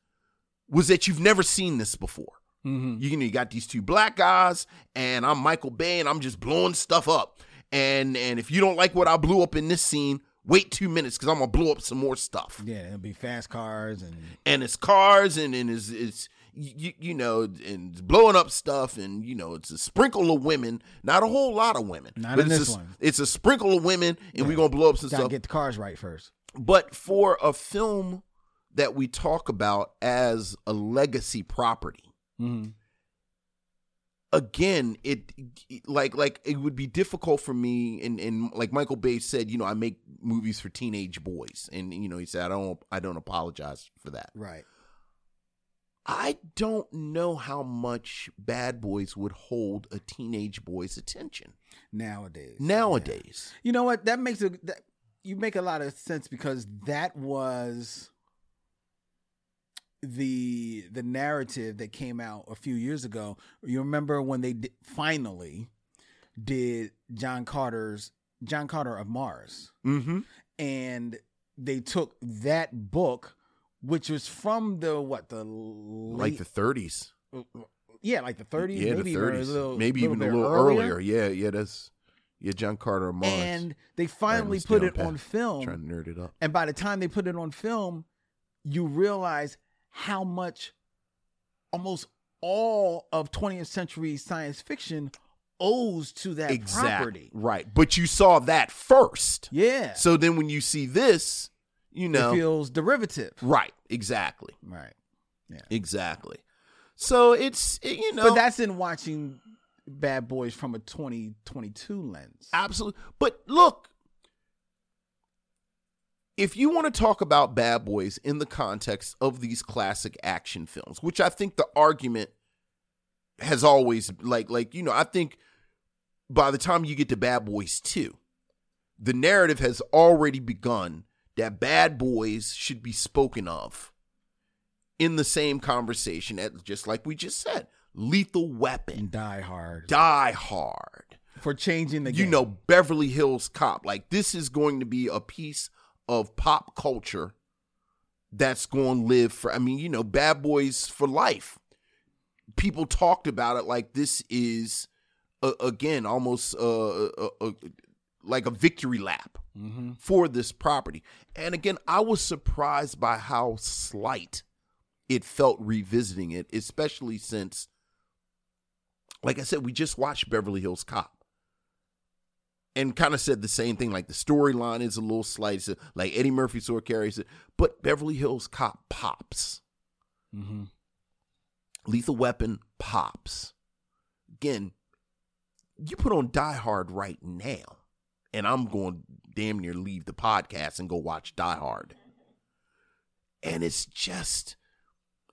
was that you've never seen this before. mm-hmm. You know, you got these two black guys, and I'm Michael Bay, and I'm just blowing stuff up. And and if you don't like what I blew up in this scene, wait two minutes because I'm gonna blow up some more stuff. yeah, it'll be fast cars and And it's cars, and and it's it's you, you know, and it's blowing up stuff, and you know, it's a sprinkle of women, not a whole lot of women. Not but in it's this a, one. It's a sprinkle of women, and we're gonna blow up some gotta stuff. get the cars right first. But for a film that we talk about as a legacy property, Mm-hmm. again, it, it- like like it would be difficult for me and and like Michael Bay said, you know, I make movies for teenage boys and you know, he said I don't I don't apologize for that. Right. I don't know how much Bad Boys would hold a teenage boy's attention nowadays. nowadays. You know what? That makes a that, you make a lot of sense because that was the the narrative that came out a few years ago. You remember when they di- finally did John Carter's John Carter of Mars, Mm-hmm. and they took that book, which was from the what the Like late, the 30s. yeah like the 30s, yeah, maybe the even a 30s. little- maybe even bit a little earlier. Yeah, yeah, that's yeah, John Carter of Mars. and they Alright, I'm finally just put down it pat- on film. Trying to nerd it up. And by the time they put it on film, you realize how much almost all of 20th century science fiction owes to that Exact- property. Right. But you saw that first. Yeah. So then when you see this, you know It feels derivative. Right, exactly. Right. Exactly. So it's it- you know But that's in watching Bad Boys from a 2022 lens. Absolutely. But look, if you want to talk about Bad Boys in the context of these classic action films, which I think the argument has always like like you know, I think by the time you get to Bad Boys 2, the narrative has already begun that Bad Boys should be spoken of in the same conversation at just like we just said, Lethal Weapon, Die Hard, Die Hard For changing the you game. know Beverly Hills Cop. Like this is going to be a piece of pop culture that's going to live for. I mean, you know, Bad Boys for life. People talked about it like this is uh, again almost uh, uh, uh, like a victory lap Mhm. for this property. And again, I was surprised by how slight it felt revisiting it, especially since, like I said, we just watched Beverly Hills Cop and kind of said the same thing. Like the storyline is a little slight, so, like Eddie Murphy sort of carries it, but Beverly Hills Cop pops. Mm-hmm. Lethal Weapon pops. Again, you put on Die Hard right now, and I'm going damn near leave the podcast and go watch Die Hard. And it's just,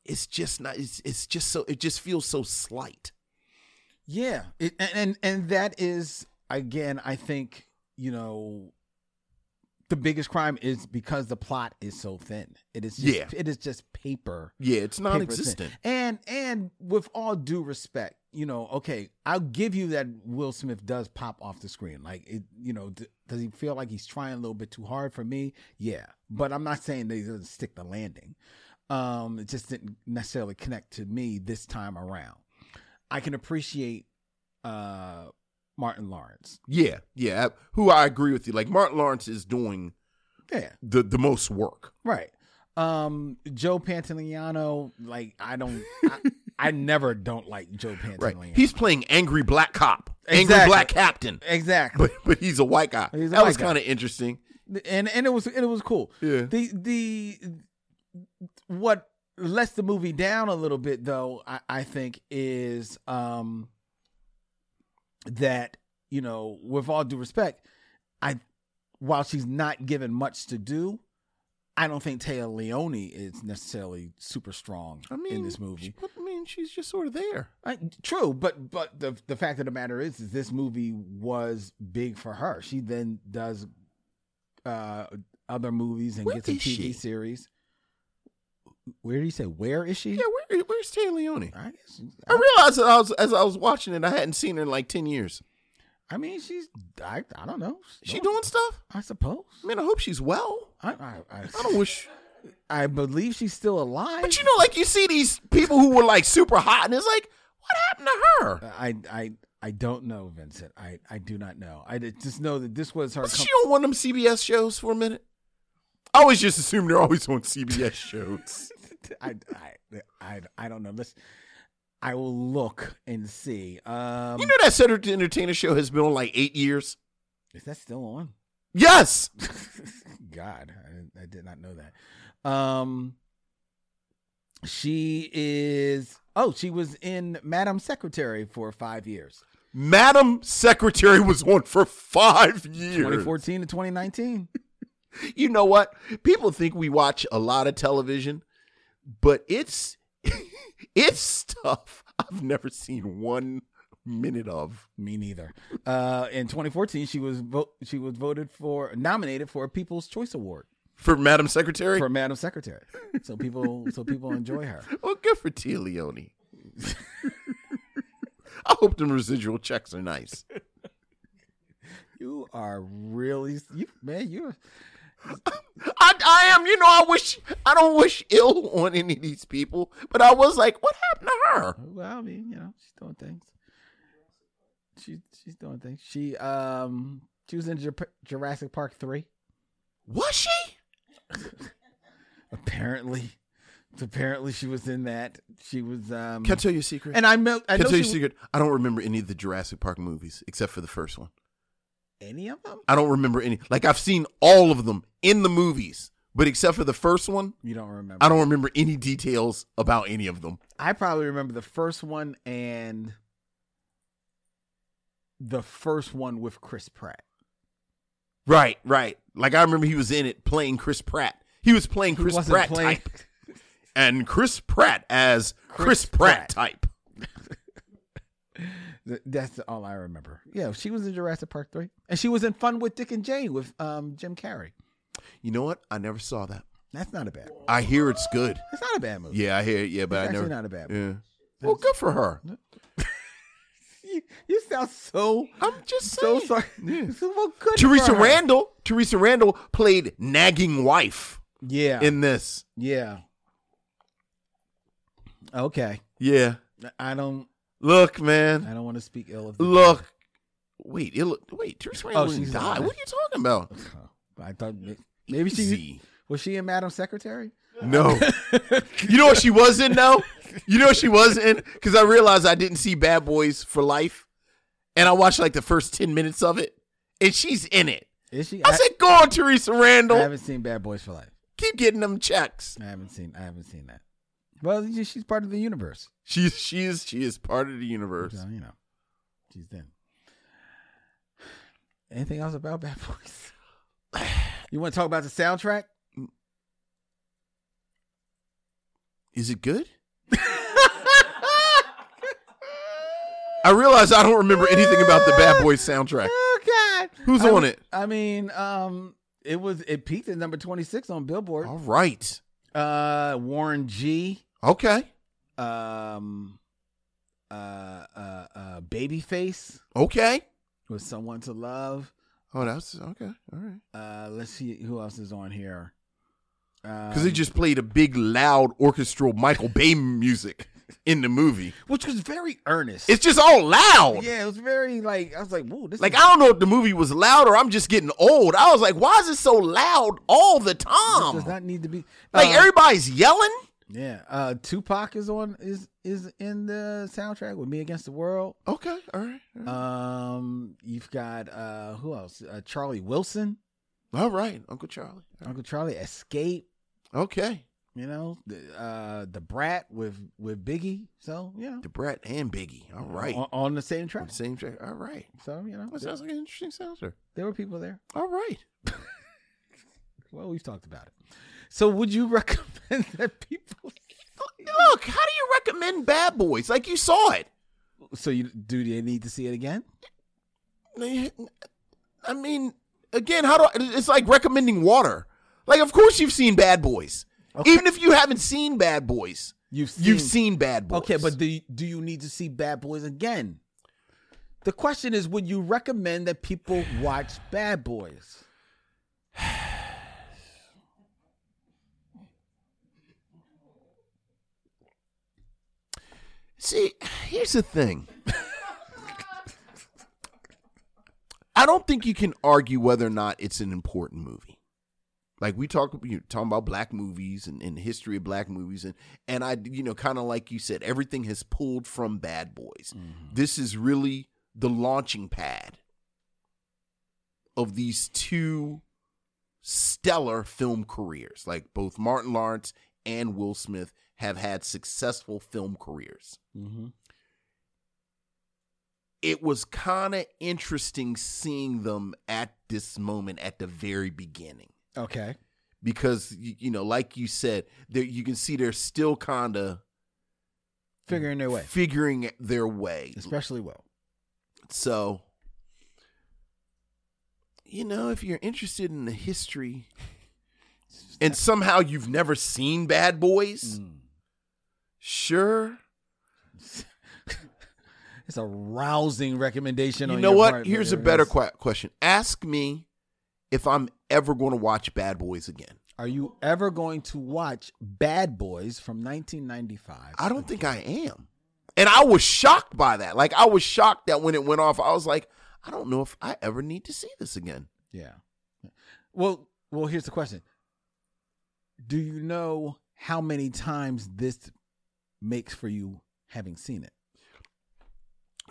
it's just not, it's, it's just so, it just feels so slight. Yeah, it, and, and and that is again, I think you know, the biggest crime is because the plot is so thin. It is just, Yeah. it is just paper. Yeah, it's paper thin. non-existent. And and with all due respect, you know, okay, I'll give you that Will Smith does pop off the screen. Like it, you know, d- does he feel like he's trying a little bit too hard for me? Yeah, but I'm not saying that he doesn't stick the landing. Um, it just didn't necessarily connect to me this time around. I can appreciate uh Martin Lawrence. Yeah, yeah. Who I agree with you. Like Martin Lawrence is doing Yeah, the the most work. right. Um Joe Pantoliano, like I don't I, I never don't like Joe Pantoliano. Right. He's playing angry black cop, angry Exactly. black captain, Exactly. but but he's a white guy. He's a that was white guy. kind of interesting. and and it was and it was cool. Yeah. The the what lets the movie down a little bit though, I, I think, is um that, you know, with all due respect, I while she's not given much to do, I don't think Taya Leone is necessarily super strong I mean, in this movie. she- I mean, she's just sort of there. I, true, but but the the fact of the matter is, is this movie was big for her. She then does uh other movies and Where gets a TV is she? series. Where did he say? Where is she? Yeah, Oh. where, where's Tay Leone? I guess. I realized that I was as I was watching it, I hadn't seen her in like ten years. I mean, she's. I, I don't know. Is she doing stuff? I suppose. Man, I hope she's well. I I, I, I don't wish, I believe she's still alive. but you know, like you see these people who were like super hot, and it's like, what happened to her? I I I don't know, Vincent. I I do not know. I did- just know that this was her. Was com- she on one of them CBS shows for a minute? I always just assume they're always on CBS shows. I, I, I, I don't know. Let's, I will look and see. Um, you know that Saturday Entertainer show has been on like eight years. is that still on? Yes, God, I, didn't- I did not know that. Um, she is. Oh, she was in Madam Secretary for five years, Madam Secretary was on for five years. 2014 to 2019. You know what? People think we watch a lot of television, but it's It's stuff I've never seen one minute of. Me neither. Uh, in 2014, she was vo- she was voted for nominated for a People's Choice Award for Madam Secretary. For Madam Secretary, so people so people enjoy her. Well, oh, good for Tia Leone. I hope the residual checks are nice. You are really you man. You're I, I am, you know, I wish I don't wish ill on any of these people, but I was like, what happened to her? Well, I mean, you know, she's doing things. She she's doing things. She um she was in Jur- Jurassic Park three. Was she? apparently, apparently she was in that. She was. um Can I tell you a secret? And I, mel- I Can I know tell you a she- secret? I don't remember any of the Jurassic Park movies except for the first one. Any of them? I don't remember any. Like I've seen all of them in the movies, but except for the first one, You don't remember? I don't remember any details about any of them. I probably remember the first one and the first one with Chris Pratt. Right, right. Like I remember he was in it playing Chris Pratt. He was playing He Chris wasn't Pratt playing- type. And Chris Pratt as Chris, Chris Pratt, Pratt. type. Th- That's all I remember. Yeah, she was in Jurassic Park three, and she was in Fun with Dick and Jane with um Jim Carrey. You know what? I never saw that. That's not a bad. I hear it's good. That's not a bad movie. Yeah, I hear it. Yeah, but It's I never. actually not a bad Yeah. Well, good for her. You, you sound so I'm just so saying. sorry. So, well, good Teresa for her. Randall. Teresa Randall played nagging wife Yeah. in this. yeah. Okay. Yeah. I don't. Look, man. I don't want to speak ill of. the- Look. Wait. It look, wait. Teresa Randall Oh, she's didn't die. alive. What are you talking about? I thought may- maybe she Easy. was she in Madam Secretary. No. you know what she was in though? You know what she was in? Because I realized I didn't see Bad Boys for Life. And I watched like the first 10 minutes of it. And she's in it. Is she? I said, go on, Teresa I Randall. haven't seen Bad Boys for Life. Keep getting them checks. I haven't seen. I haven't seen that. Well, she- she's part of the universe. She's she is she is part of the universe. So, you know, she's in. Anything else about Bad Boys? You want to talk about the soundtrack? Is it good? I realize I don't remember anything about the Bad Boys soundtrack. Oh God, Who's I on mean- it? I mean, um, it was it peaked at number twenty six on Billboard. All right. Uh, Warren G. Okay. um uh uh uh babyface Okay. with someone to love Oh, that's okay. All right. uh let's see who else is on here Because they Um, just played a big, loud orchestral Michael Bay music in the movie. which was very earnest It's just all loud. yeah it was very like i was like whoa this Like, is, I don't know if the movie was loud or I'm just getting old. I was like, why is it so loud all the this time? does not need to be um, like, uh, everybody's yelling. yeah uh tupac is on is is in the soundtrack with me against the world Okay. All right. All right. um you've got uh who else uh charlie wilson all right. Uncle Charlie. uncle charlie escape Okay. you know the uh the brat with with biggie so you know The Brat and Biggie. All right. on, on the same On track. the Same track. All right. So you know, That there, sounds like an interesting soundtrack. there were people there. All right. Well, we've talked about it. So would you recommend that people? Look, how do you recommend Bad Boys? Like, you saw it. So you do they need to see it again? I mean, again, how do I, it's like recommending water. Like, of course you've seen Bad Boys. Even if you haven't seen Bad Boys, You've you've seen Bad Boys. Okay, but do you, do you need to see Bad Boys again? The question is, would you recommend that people watch Bad Boys? see, here's the thing. I don't think you can argue whether or not it's an important movie. Like we talk, you talking about black movies and, and the history of black movies, and and I, you know, kind of like you said, everything has pulled from Bad Boys. This is really the launching pad of these two stellar film careers. Like both Martin Lawrence and Will Smith have had successful film careers. Mm-hmm. It was kind of interesting seeing them at this moment at the very beginning Okay. because y- you know, like you said, there you can see they're still kind of figuring their way, figuring their way. especially well. So, you know, if you're interested in the history and somehow you've never seen Bad Boys, Mm. sure. It's a rousing recommendation. You on know your what? part, Here's a Barry. better que- question. Ask me if I'm ever going to watch Bad Boys again. Are you ever going to watch Bad Boys from 1995? I don't think I am. And I was shocked by that. Like, I was shocked that when it went off, I was like, I don't know if I ever need to see this again. Yeah. Well, well, here's the question. Do you know how many times this makes for you having seen it?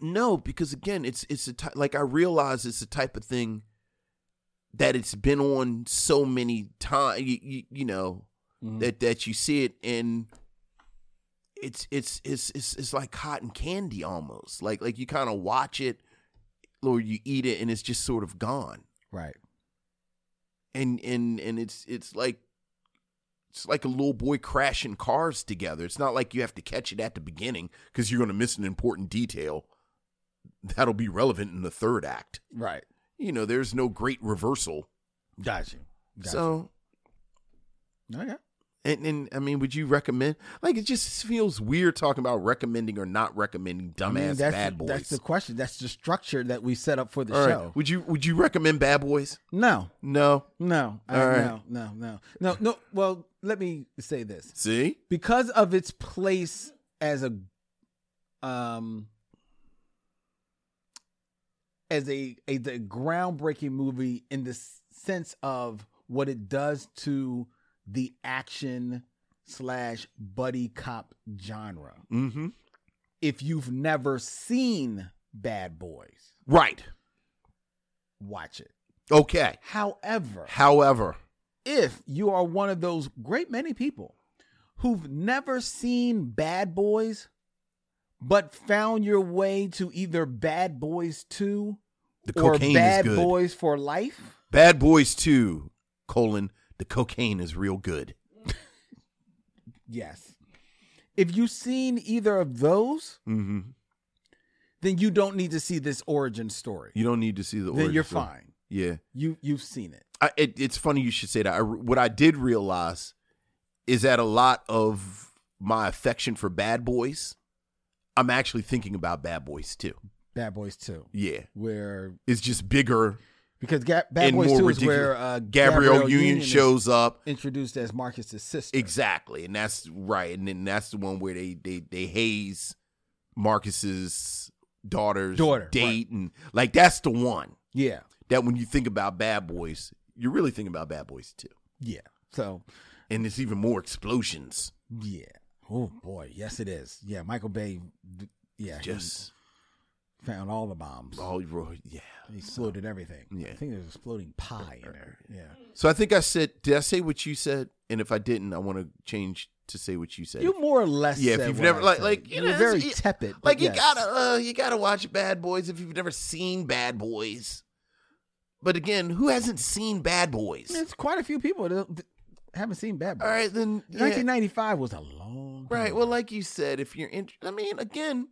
No, because again, it's it's a ty- like I realize it's the type of thing that it's been on so many times. You, you, you know that that you see it and it's it's it's it's it's like cotton candy almost. Like like you kind of watch it or you eat it and it's just sort of gone. Right. And and and it's it's like it's like a little boy crashing cars together. It's not like you have to catch it at the beginning because you're going to miss an important detail that'll be relevant in the third act. Right. You know, there's no great reversal. Got you. Got So, you. okay. and, and I mean, would you recommend? Like, it just feels weird talking about recommending or not recommending I dumbass mean, that's, bad boys. that's the question. That's the structure that we set up for the All right. show. Would you Would you recommend Bad Boys? No, No. no, I, All right. no, no, no, no, no. Well, let me say this. See, because of its place as a um as a a the groundbreaking movie in the s- sense of what it does to the action slash buddy cop genre. Mm-hmm. If you've never seen Bad Boys, Right. watch it. Okay. However, However, if you are one of those great many people who've never seen Bad Boys, but found your way to either Bad Boys 2 The or cocaine is Bad good. Boys for Life, Bad Boys Two: colon The cocaine is real good. yes. If you've seen either of those, Mm-hmm. then you don't need to see this origin story. You don't need to see the. then origin you're story. fine. Yeah. You you've seen it. I, it, it's funny you should say that. I, what I did realize is that a lot of my affection for Bad Boys, I'm actually thinking about Bad Boys too. Bad Boys 2, Yeah, where it's just bigger because Ga- Bad and Boys more 2 is ridiculous. where uh, Gabrielle, Union, is shows up introduced as Marcus's sister. exactly, and that's right, and then that's the one where they they they haze Marcus's daughter's Daughter, date, and like that's the one Yeah. that when you think about Bad Boys, you're really thinking about Bad Boys too, Yeah. So and it's even more explosions. Yeah. Oh boy, yes it is. Yeah, Michael Bay. d- Yeah, he Just. found all the bombs. Oh, Roy, yeah. he exploded everything. yeah. I think there's exploding pie in there. Yeah, So I think I said, did I say what you said? And if I didn't, I want to change to say what you said. you more or less. yeah, if said you've what never I like said. like you you know, were very it's- tepid. but Like yes. you gotta uh, you gotta watch Bad Boys if you've never seen Bad Boys. But again, who hasn't seen Bad Boys? There's quite a few people that that haven't seen Bad Boys. All right, then yeah. 1995 was a long. time Right. Well, ago. like you said, if you're in, I mean, again,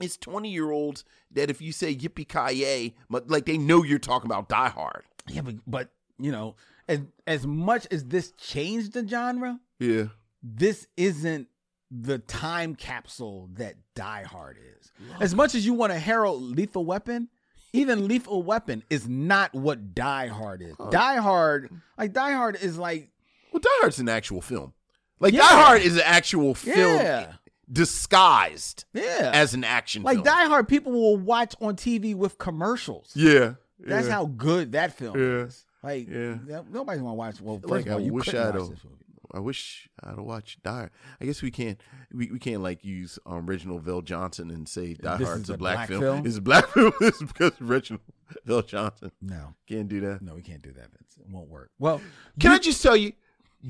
it's 20 year olds that if you say yippee ki yay, like they know you're talking about Die Hard. yeah, but, but you know, as as much as this changed the genre, Yeah. this isn't the time capsule that Die Hard is. As much as you want to herald Lethal Weapon, even Lethal Weapon is not what Die Hard is. Die Hard, like Die Hard, is like Well, Die Hard's an actual film. Like Yeah. Die Hard is an actual film yeah, disguised yeah. as an action like film. Die Hard, people will watch on TV with commercials. yeah. That's how good that film Yeah. is. Like Yeah. that- nobody's gonna watch. Well, first Like, of all, I you wish couldn't I'd watch have- this movie. I wish I'd have watched Die Hard. I guess we can't we, we can't like use um, Reginald Vell Johnson and say Die This Hard's is a, a black, black film. film? It's a black film It's because Reginald Vell Johnson No, can't do that. no, we can't do that. Vince. It won't work. Well, Can I just tell you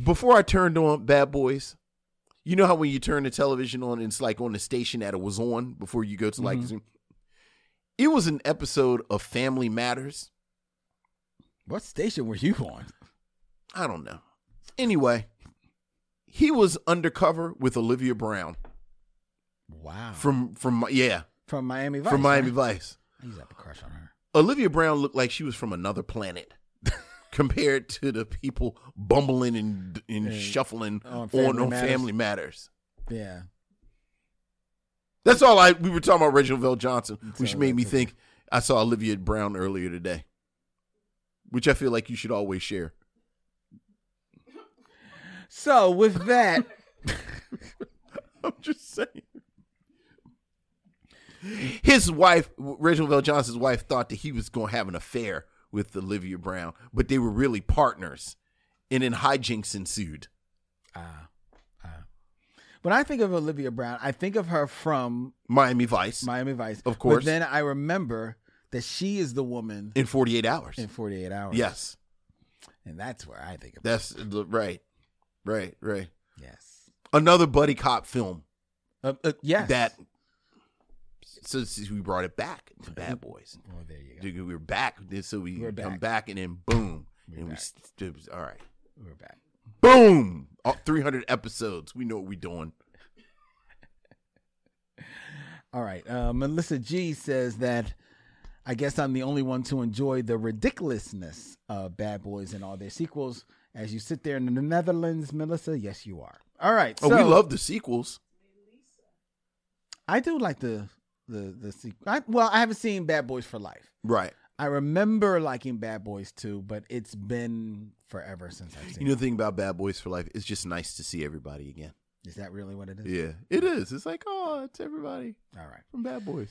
before I turned on Bad Boys? You know how when you turn the television on, it's like on the station that it was on before you go to Mm-hmm. like. It was an episode of Family Matters. what station were you on? I don't know. Anyway, he was undercover with Olivia Brown. Wow. From from yeah. From Miami Vice. From Miami right? Vice. I used to have a crush on her. Olivia Brown looked like she was from another planet compared to the people bumbling and and Hey, shuffling on on Family on Matters. Family Matters. Yeah. That's all I we were talking about Reginald Vell Johnson, which all made right, me okay. think I saw Olivia Brown earlier today. Which I feel like you should always share. So with that, I'm just saying. His wife, Reginald Vell Johnson's wife, thought that he was going to have an affair with Olivia Brown, but they were really partners. And then hijinks ensued. when I think of Olivia Brown, I think of her from Miami Vice Miami Vice. Of course. But then I remember that she is the woman in 48 hours. in 48 hours. Yes. And that's where I think of That's the- right. Right, right. Yes. Another buddy cop film Uh, uh, yes. that so since we brought it back to Bad Boys. Oh, there you go. We were back, so we We're come back. back, and then boom, We're and we back. st- all right. We're back. Boom! All 300 episodes. We know what we're doing. All right. Uh, Melissa G says that I guess I'm the only one to enjoy the ridiculousness of Bad Boys and all their sequels. As you sit there in the Netherlands, Melissa, yes, you are. All right. Oh, so we love the sequels. I do like the the the sequel. I, well, I haven't seen Bad Boys for Life. Right. I remember liking Bad Boys too, but it's been forever since I've seen. You know it. the thing about Bad Boys for Life? It's just nice to see everybody again. Is that really what it is? Yeah, it is. It's like, oh, it's everybody All right. from Bad Boys.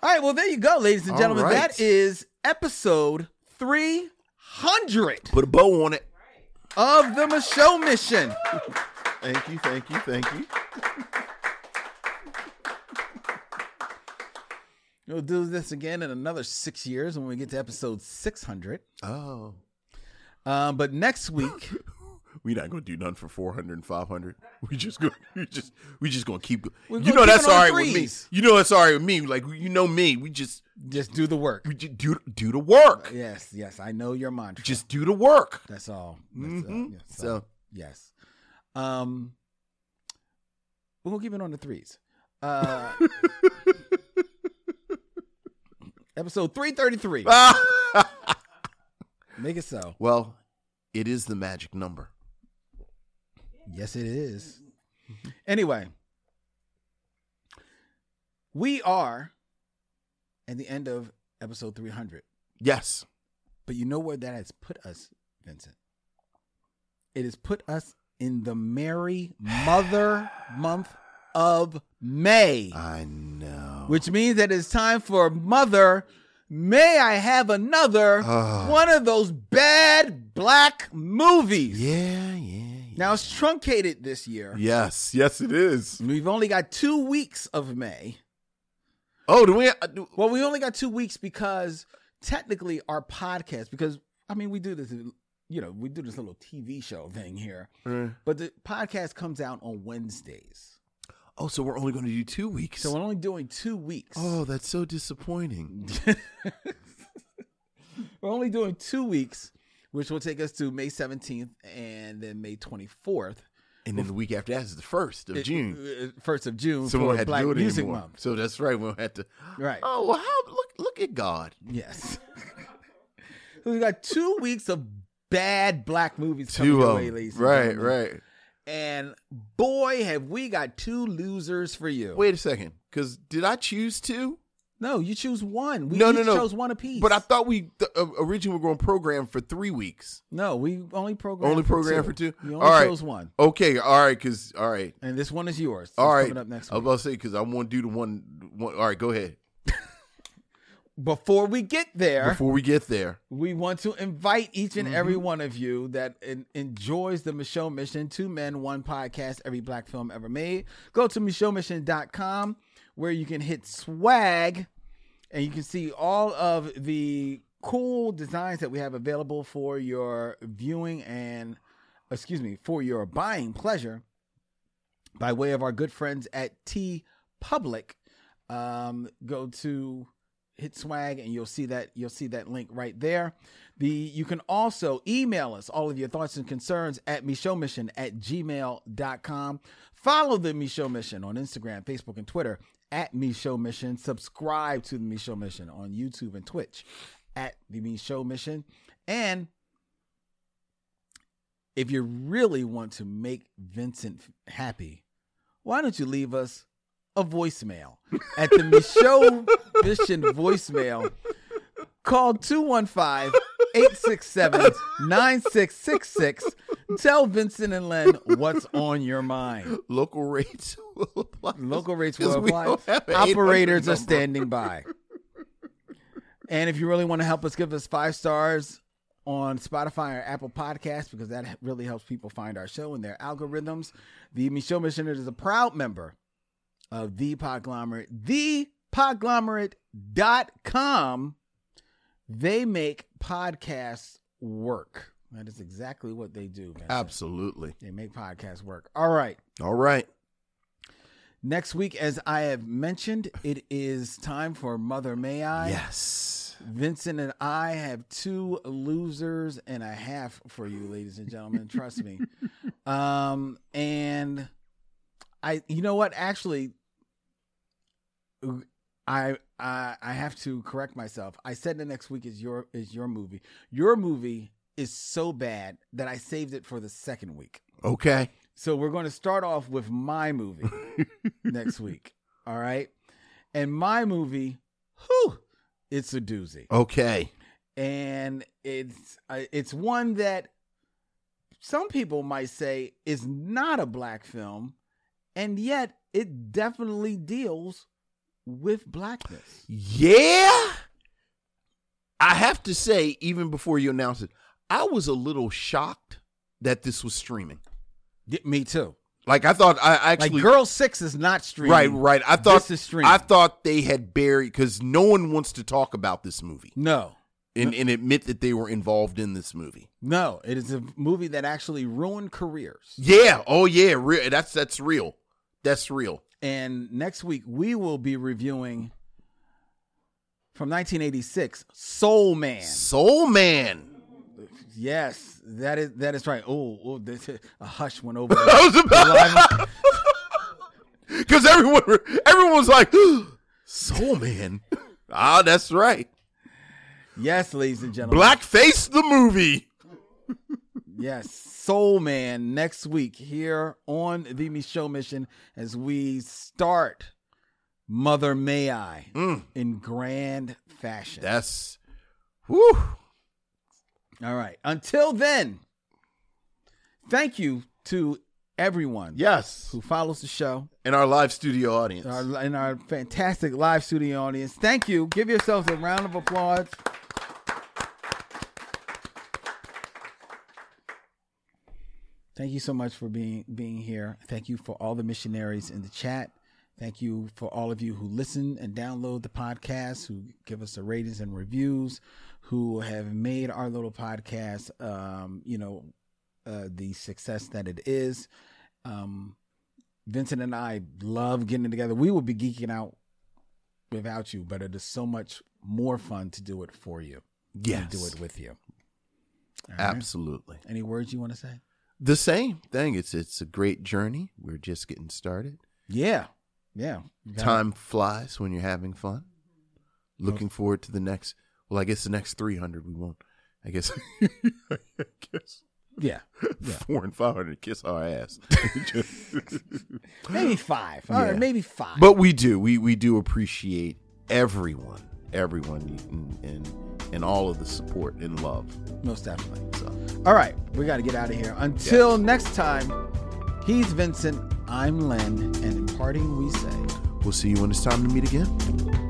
All right. Well, there you go, ladies and All gentlemen. right. That is episode three hundred Put a bow on it. of the Michelle Mission. Thank you, thank you, thank you. We'll do this again in another six years when we get to episode six hundred. Oh, Um, but next week, we're not gonna do none for 400 and 500. We just gonna, we just, we just gonna keep. We're you gonna know keep that's it on all right with me. threes. You know that's all right with me. Like you know me. We just, just do the work. we just do do the work. Yes, yes, I know your mantra. Just do the work. that's all. That's, uh, hmm yeah, So Yes. Um we'll keep it on the threes. Uh episode 333. Ah. uh, Make it so. well, it is the magic number. Yes, it is. Anyway, we are at the end of episode 300. Yes. But you know where that has put us, Vincent? It has put us in the merry mother month of May. I know. which means that it's time for mother. May I have another Ah. one of those bad black movies? yeah, yeah, yeah. Now it's truncated this year. Yes, yes, it is. We've only got two weeks of May. Oh, do we? uh, Do, Well, we only got two weeks because technically our podcast, because I mean, we do this, you know, we do this little TV show thing here, Uh, but the podcast comes out on Wednesdays. oh, so we're only going to do two weeks. So we're only doing two weeks. oh, that's so disappointing. We're only doing two weeks, which will take us to May 17th and then May 24th. And then the week after that is the first of It- June. uh, First of June Someone for had Black to do it Music anymore. Month. So that's right. We don't have to. Right. Oh, well, how look look at God. Yes. so we got two weeks of bad black movies coming Two your of way, 'em. ladies. and Right, gentlemen. right. And boy, have we got two losers for you. Wait a second, because did I choose two? No, you choose one. We No, each no, no. chose one apiece. But I thought we th- uh, originally were going to program for three weeks. no, we only programmed Only for programmed two. for two? You only All right. chose one, Okay, all right, because all right, and this one is yours. It's all right. coming up next I was week. about to say because I want to do the one, one. All right, go ahead. Before we get there, Before we get there, We want to invite each and every one of you that en- enjoys the Michelle Mission, Two Men, One Podcast, Every Black Film Ever Made. Go to MichelleMission.com where you can hit swag and you can see all of the cool designs that we have available for your viewing and, excuse me, for your buying pleasure by way of our good friends at T Public. Um, go to hit swag and you'll see that you'll see that link right there the you can also email us all of your thoughts and concerns at mission at gmail.com follow the Michaud mission on instagram facebook and twitter at Michaud mission subscribe to the Michaud mission on youtube and twitch at the Michaud mission and if you really want to make vincent happy why don't you leave us a voicemail at the Michaud Mission voicemail. Call 215 867 9666. Tell Vincent and Len what's on your mind. Local rates will apply. Local rates Because will we apply. don't have an 800 Operators are number. standing by. And if you really want to help us, give us five stars on Spotify or Apple Podcasts because that really helps people find our show and their algorithms. The Michelle Mission is a proud member of the Podglomerate, thepodglomerate.com. They make podcasts work. That is exactly what they do. Vincent. Absolutely. They make podcasts work. All right. All right. Next week, as I have mentioned, it is time for Mother May I. Yes. Vincent and I have two losers and a half for you, ladies and gentlemen. Trust me. Um, and I, you know what? Actually, I, I, I have to correct myself. I said the next week is your is your movie. Your movie is so bad that I saved it for the second week. Okay. So we're going to start off with my movie next week. All right. And my movie, whew, it's a doozy. Oh. Okay. And it's uh, it's one that some people might say is not a black film, and yet it definitely deals with blackness. Yeah. I have to say, even before you announced it, I was a little shocked that this was streaming. me too. Like I thought, I I actually like Girl Six is not streaming. right, right. I thought this is streaming. I thought they had buried because no one wants to talk about this movie no. and, and admit that they were involved in this movie. No, it is a movie that actually ruined careers. Yeah. Oh yeah. Real. That's that's real. That's real. And next week we will be reviewing from 1986, Soul Man. Soul Man. Yes, that is that is right. Oh, oh this, a hush went over. I was about because everyone everyone was like Soul Man. ah, that's right. yes, ladies and gentlemen. Blackface the movie. Yes, Soul Man next week here on the Michelle Mission as we start Mother May I Mm. in grand fashion. That's whew. All right. Until then, thank you to everyone Yes. who follows the show. In our live studio audience. our, in our fantastic live studio audience. Thank you. Give yourselves a round of applause. Thank you so much for being being here. Thank you for all the missionaries in the chat. Thank you for all of you who listen and download the podcast, who give us the ratings and reviews, who have made our little podcast, um, you know, uh, the success that it is. Um, Vincent and I love getting together. We would be geeking out without you, but it is so much more fun to do it for you. than yes. Do it with you. All right? Absolutely. Any words you want to say? The same thing. It's it's a great journey. We're just getting started. Yeah. Yeah. You got it. Time flies when you're having fun. Looking forward to the next. Well, I guess the next 300 we won't. I guess. I guess Yeah. Yeah. four and 500 kiss our ass. Maybe five. All right, Yeah. Maybe five. but we do. We we do appreciate everyone, everyone, and and, and all of the support and love. Most definitely. So. All right. We got to get out of here. Until next time, he's Vincent. I'm Len. And in parting, we say. We'll see you when it's time to meet again.